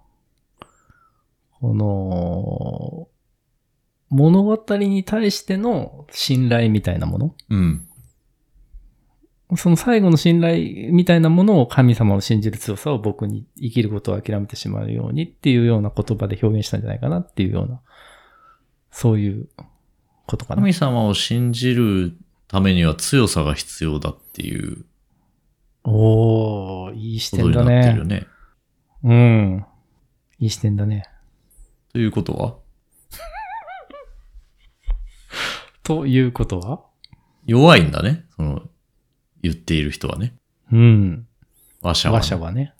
この、物語に対しての信頼みたいなもの
うん。
その最後の信頼みたいなものを神様を信じる強さを僕に生きることを諦めてしまうようにっていうような言葉で表現したんじゃないかなっていうような、そういうことかな。
神様を信じるためには強さが必要だっていう
おー、いい視
こと
点
にな
だ
ってる
ね
よ。ね。
うん。いい視点だね。
ということは
ということは
弱いんだね。その、言っている人はね。
うん。
話者は、
話者はね。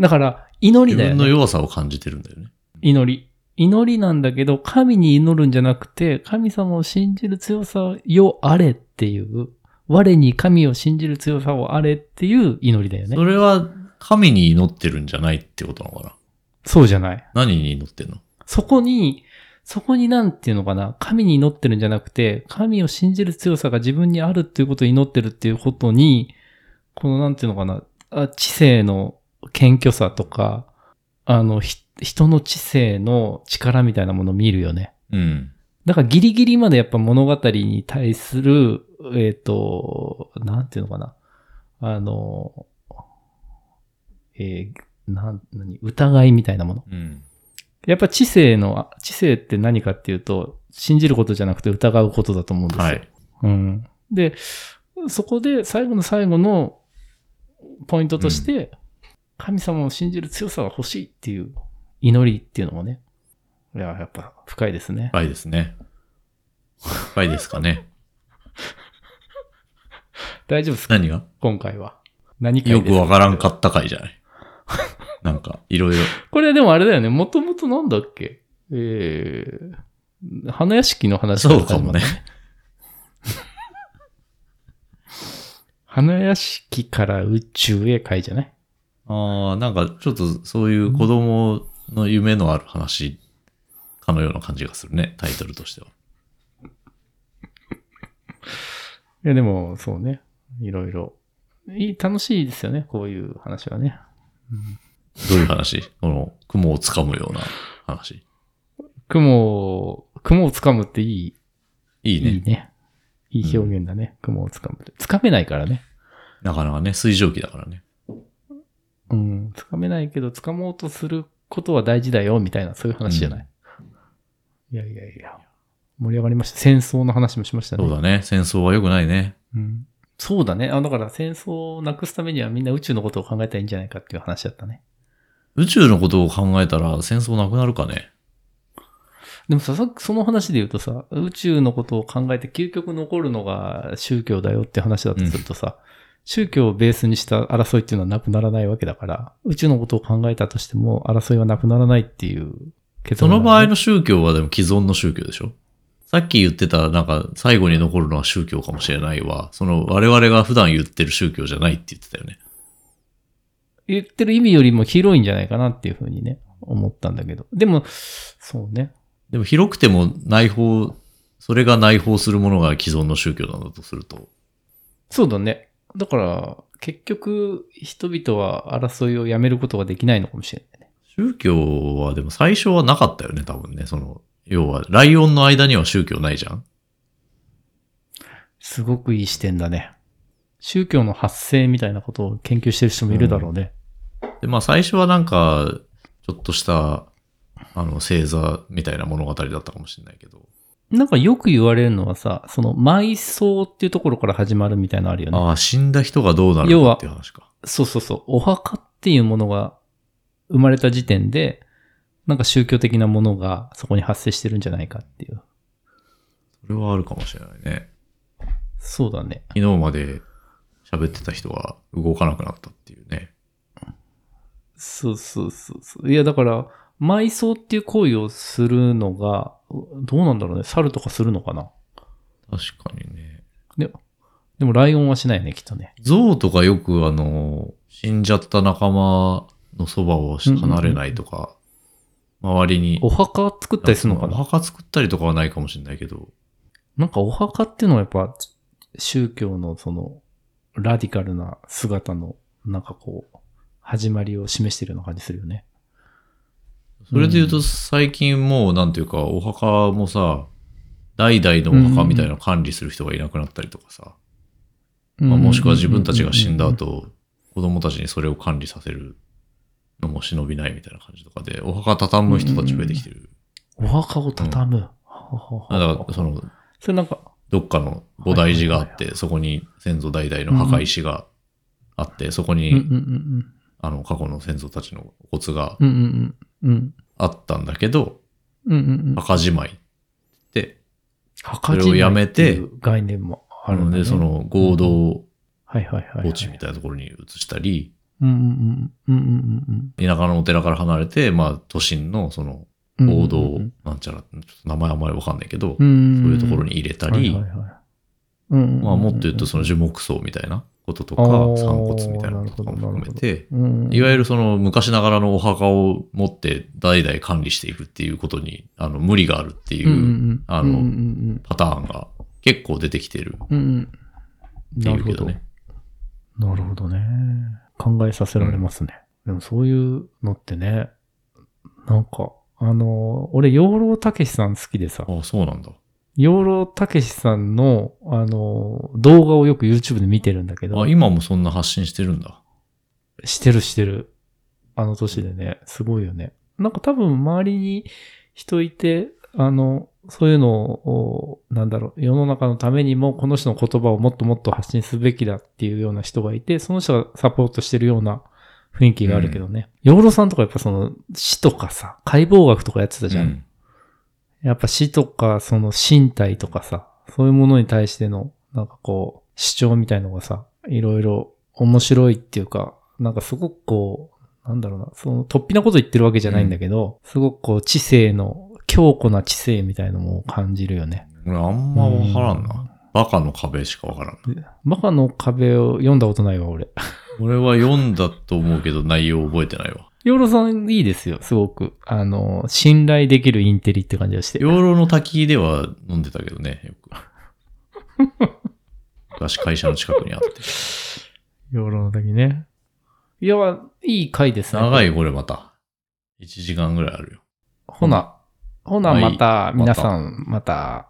だから、祈り
自
だよ
分
ね
の。弱さを感じてるんだよね。
祈り。祈りなんだけど、神に祈るんじゃなくて、神様を信じる強さよあれっていう、我に神を信じる強さをあれっていう祈りだよね
そ。れは、神に祈ってるんじゃないってことなのかな
そうじゃない。
何に祈ってんの
そこに、そこになんていうのかな、神に祈ってるんじゃなくて、神を信じる強さが自分にあるっていうことを祈ってるっていうことに、このなんていうのかな、あ知性の謙虚さとか、あの、ひ人の知性の力みたいなものを見るよね。
うん。
だからギリギリまでやっぱ物語に対する、えっ、と、なんていうのかな。あの、えー、なん、何、疑いみたいなもの。
うん。
やっぱ知性の、あ知性って何かっていうと、信じることじゃなくて疑うことだと思うんですよ。
はい。
うん。で、そこで最後の最後のポイントとして、神様を信じる強さが欲しいっていう祈りっていうのもね。いや、やっぱ深いですね。
深いですね。深いですかね。
大丈夫ですか
何が
今回は。何か
よくわからんかった回じゃない。なんか、いろいろ。
これでもあれだよね。もともとなんだっけえー、花屋敷の話ら
そうかもね
始まった。 *laughs* 花屋敷から宇宙へ会じゃない
ああ、なんか、ちょっとそういう子供の夢のある話かのような感じがするね、タイトルとしては。
いや、でも、そうね。いろいろ。いい、楽しいですよね。こういう話はね。
どういう話この、雲をつかむような話。
雲を、雲をつかむっていい、
い
い
いね。
いね。いい表現だね。雲をつかむって。つかめないからね。
なかなかね、水蒸気だからね。
うん。つかめないけど、つかもうとすることは大事だよ、みたいな、そういう話じゃない。いやいやいや。盛り上がりました。戦争の話もしましたね。
そうだね。戦争は良くないね。
うんそうだね。あ、だから戦争をなくすためにはみんな宇宙のことを考えたらいいんじゃないかっていう話だったね。
宇宙のことを考えたら戦争なくなるかね。
でもさ、さその話で言うとさ、宇宙のことを考えて究極残るのが宗教だよって話だとするとさ、宗教をベースにした争いっていうのはなくならないわけだから、宇宙のことを考えたとしても争いはなくならないっていう結
そ
論、
の場合の宗教はでも既存の宗教でしょさっき言ってた、なんか、最後に残るのは宗教かもしれないわ。その、我々が普段言ってる宗教じゃないって言ってたよね。
言ってる意味よりも広いんじゃないかなっていうふうにね、思ったんだけど。でも、そうね。
でも広くても内包、それが内包するものが既存の宗教なんだとすると、
そうだね。だから、結局、人々は争いをやめることができないのかもしれないね。
宗教はでも最初はなかったよね、多分ね。その、要は、ライオンの間には宗教ないじゃん
すごくいい視点だね。宗教の発生みたいなことを研究してる人もいるだろうね。
で、まあ最初はなんか、ちょっとした、あの、星座みたいな物語だったかもしれないけど。
なんかよく言われるのはさ、その埋葬っていうところから始まるみたいなのあるよね。
ああ、死んだ人がどうなる
要
か
は
っていう話か。
そうそうそう。お墓っていうものが生まれた時点で、なんか宗教的なものがそこに発生してるんじゃないかっていう。
それはあるかもしれないね。
そうだね。
昨日まで喋ってた人が動かなくなったっていうね。
そうそうそうそう。いや、だから、埋葬っていう行為をするのが、うどうなんだろうね。猿とかするのかな
確かにね。
でもライオンはしないね、きっとね。
象とかよくあの、死んじゃった仲間のそばをし離れないとか、周りに。
お墓作ったりするのか
お
な
墓作ったりとかはないかもしれないけど。
なんかお墓っていうのはやっぱ、宗教のその、ラディカルな姿の、なんかこう、始まりを示してるような感じするよね。
それで言う
う
と最近もうなんていうか、お墓もさ、代々のお墓みたいなの管理する人がいなくなったりとかさ、まあ、もしくは自分たちが死んだ後、子供たちにそれを管理させるのも忍びないみたいな感じとかで、お墓畳む人たち増えてきてる。
お墓を畳む。はは
だ
は
から、その、
それなんか、
どっかの菩提寺があって、そこに先祖代々の墓石があって、そこ
うんうん
に、
うん
あの、過去の先祖たちのお骨が
うん。うんうんうん。うん
あったんだけど、
うんうんうん。
墓じまいって、
墓
それをやめて
じまいっていう概念も
あ
ある
の
んだ
で、
ね
そ、の合同
はいはいはい、はい。
墓地みたいなところに移したり、
うんうんうん。うんうん
田舎のお寺から離れて、まあ、都心のその
うんうん。
合同なんちゃら、ちょっと名前あんまりわかんないけど、
う、
そうんいうところに入れたり
はい、はいはいうんうんうんうん、
まあ、もっと言うとその樹木葬みたいなこととか、
あー
散骨みたいなこととかも含めて、
うん、
いわゆ
る、
るその昔ながらのお墓を持って代々管理していくっていうことに、あの、無理があるってい
うんうん
う
うん、
あの
うんうん
パターンが結構出てきてる
うん、うんうん。
って
ない
う
るほ
けど
ど。
ね。
なるほどね。考えさせられますね。でもそういうのってね、なんか、あの、俺、養老たけしさん好きでさ、
ああ、そうなんだ。
養老たけしさんの、あの、動画をよく YouTube で見てるんだけど
あ、、今もそんな発信してるんだ。
してるしてる。あの年でね、すごいよね。なんか多分周りに人いて、あの、そういうのを、なんだろう、世の中のためにもこの人の言葉をもっともっと発信すべきだっていうような人がいて、その人がサポートしてるような雰囲気があるけどね。養老さんとかやっぱその死とかさ、解剖学とかやってたじゃん。
うん
やっぱ死とか、その身体とかさ、そういうものに対しての、なんかこう、主張みたいのがさ、いろいろ面白いっていうか、なんかすごくこう、なんだろうな、その、突飛なこと言ってるわけじゃないんだけど、すごくこう、知性の、強固な知性みたいのも感じるよね。
俺あんまわからんな。バカの壁しかわからん。
マカの壁を読んだことないわ、俺。
俺は読んだと思うけど内容覚えてないわ。
養老さんいいですよ、すごく。あの、信頼できるインテリって感じがして。
養老の滝では飲んでたけどね、
*laughs*
よく。昔会社の近くにあって。
養老の時ね。いや、いい回ですね。
長いこれまた。1時間ぐらいあるよ。
ほな、ほな
はい
また、
ま
皆
た
さん、また。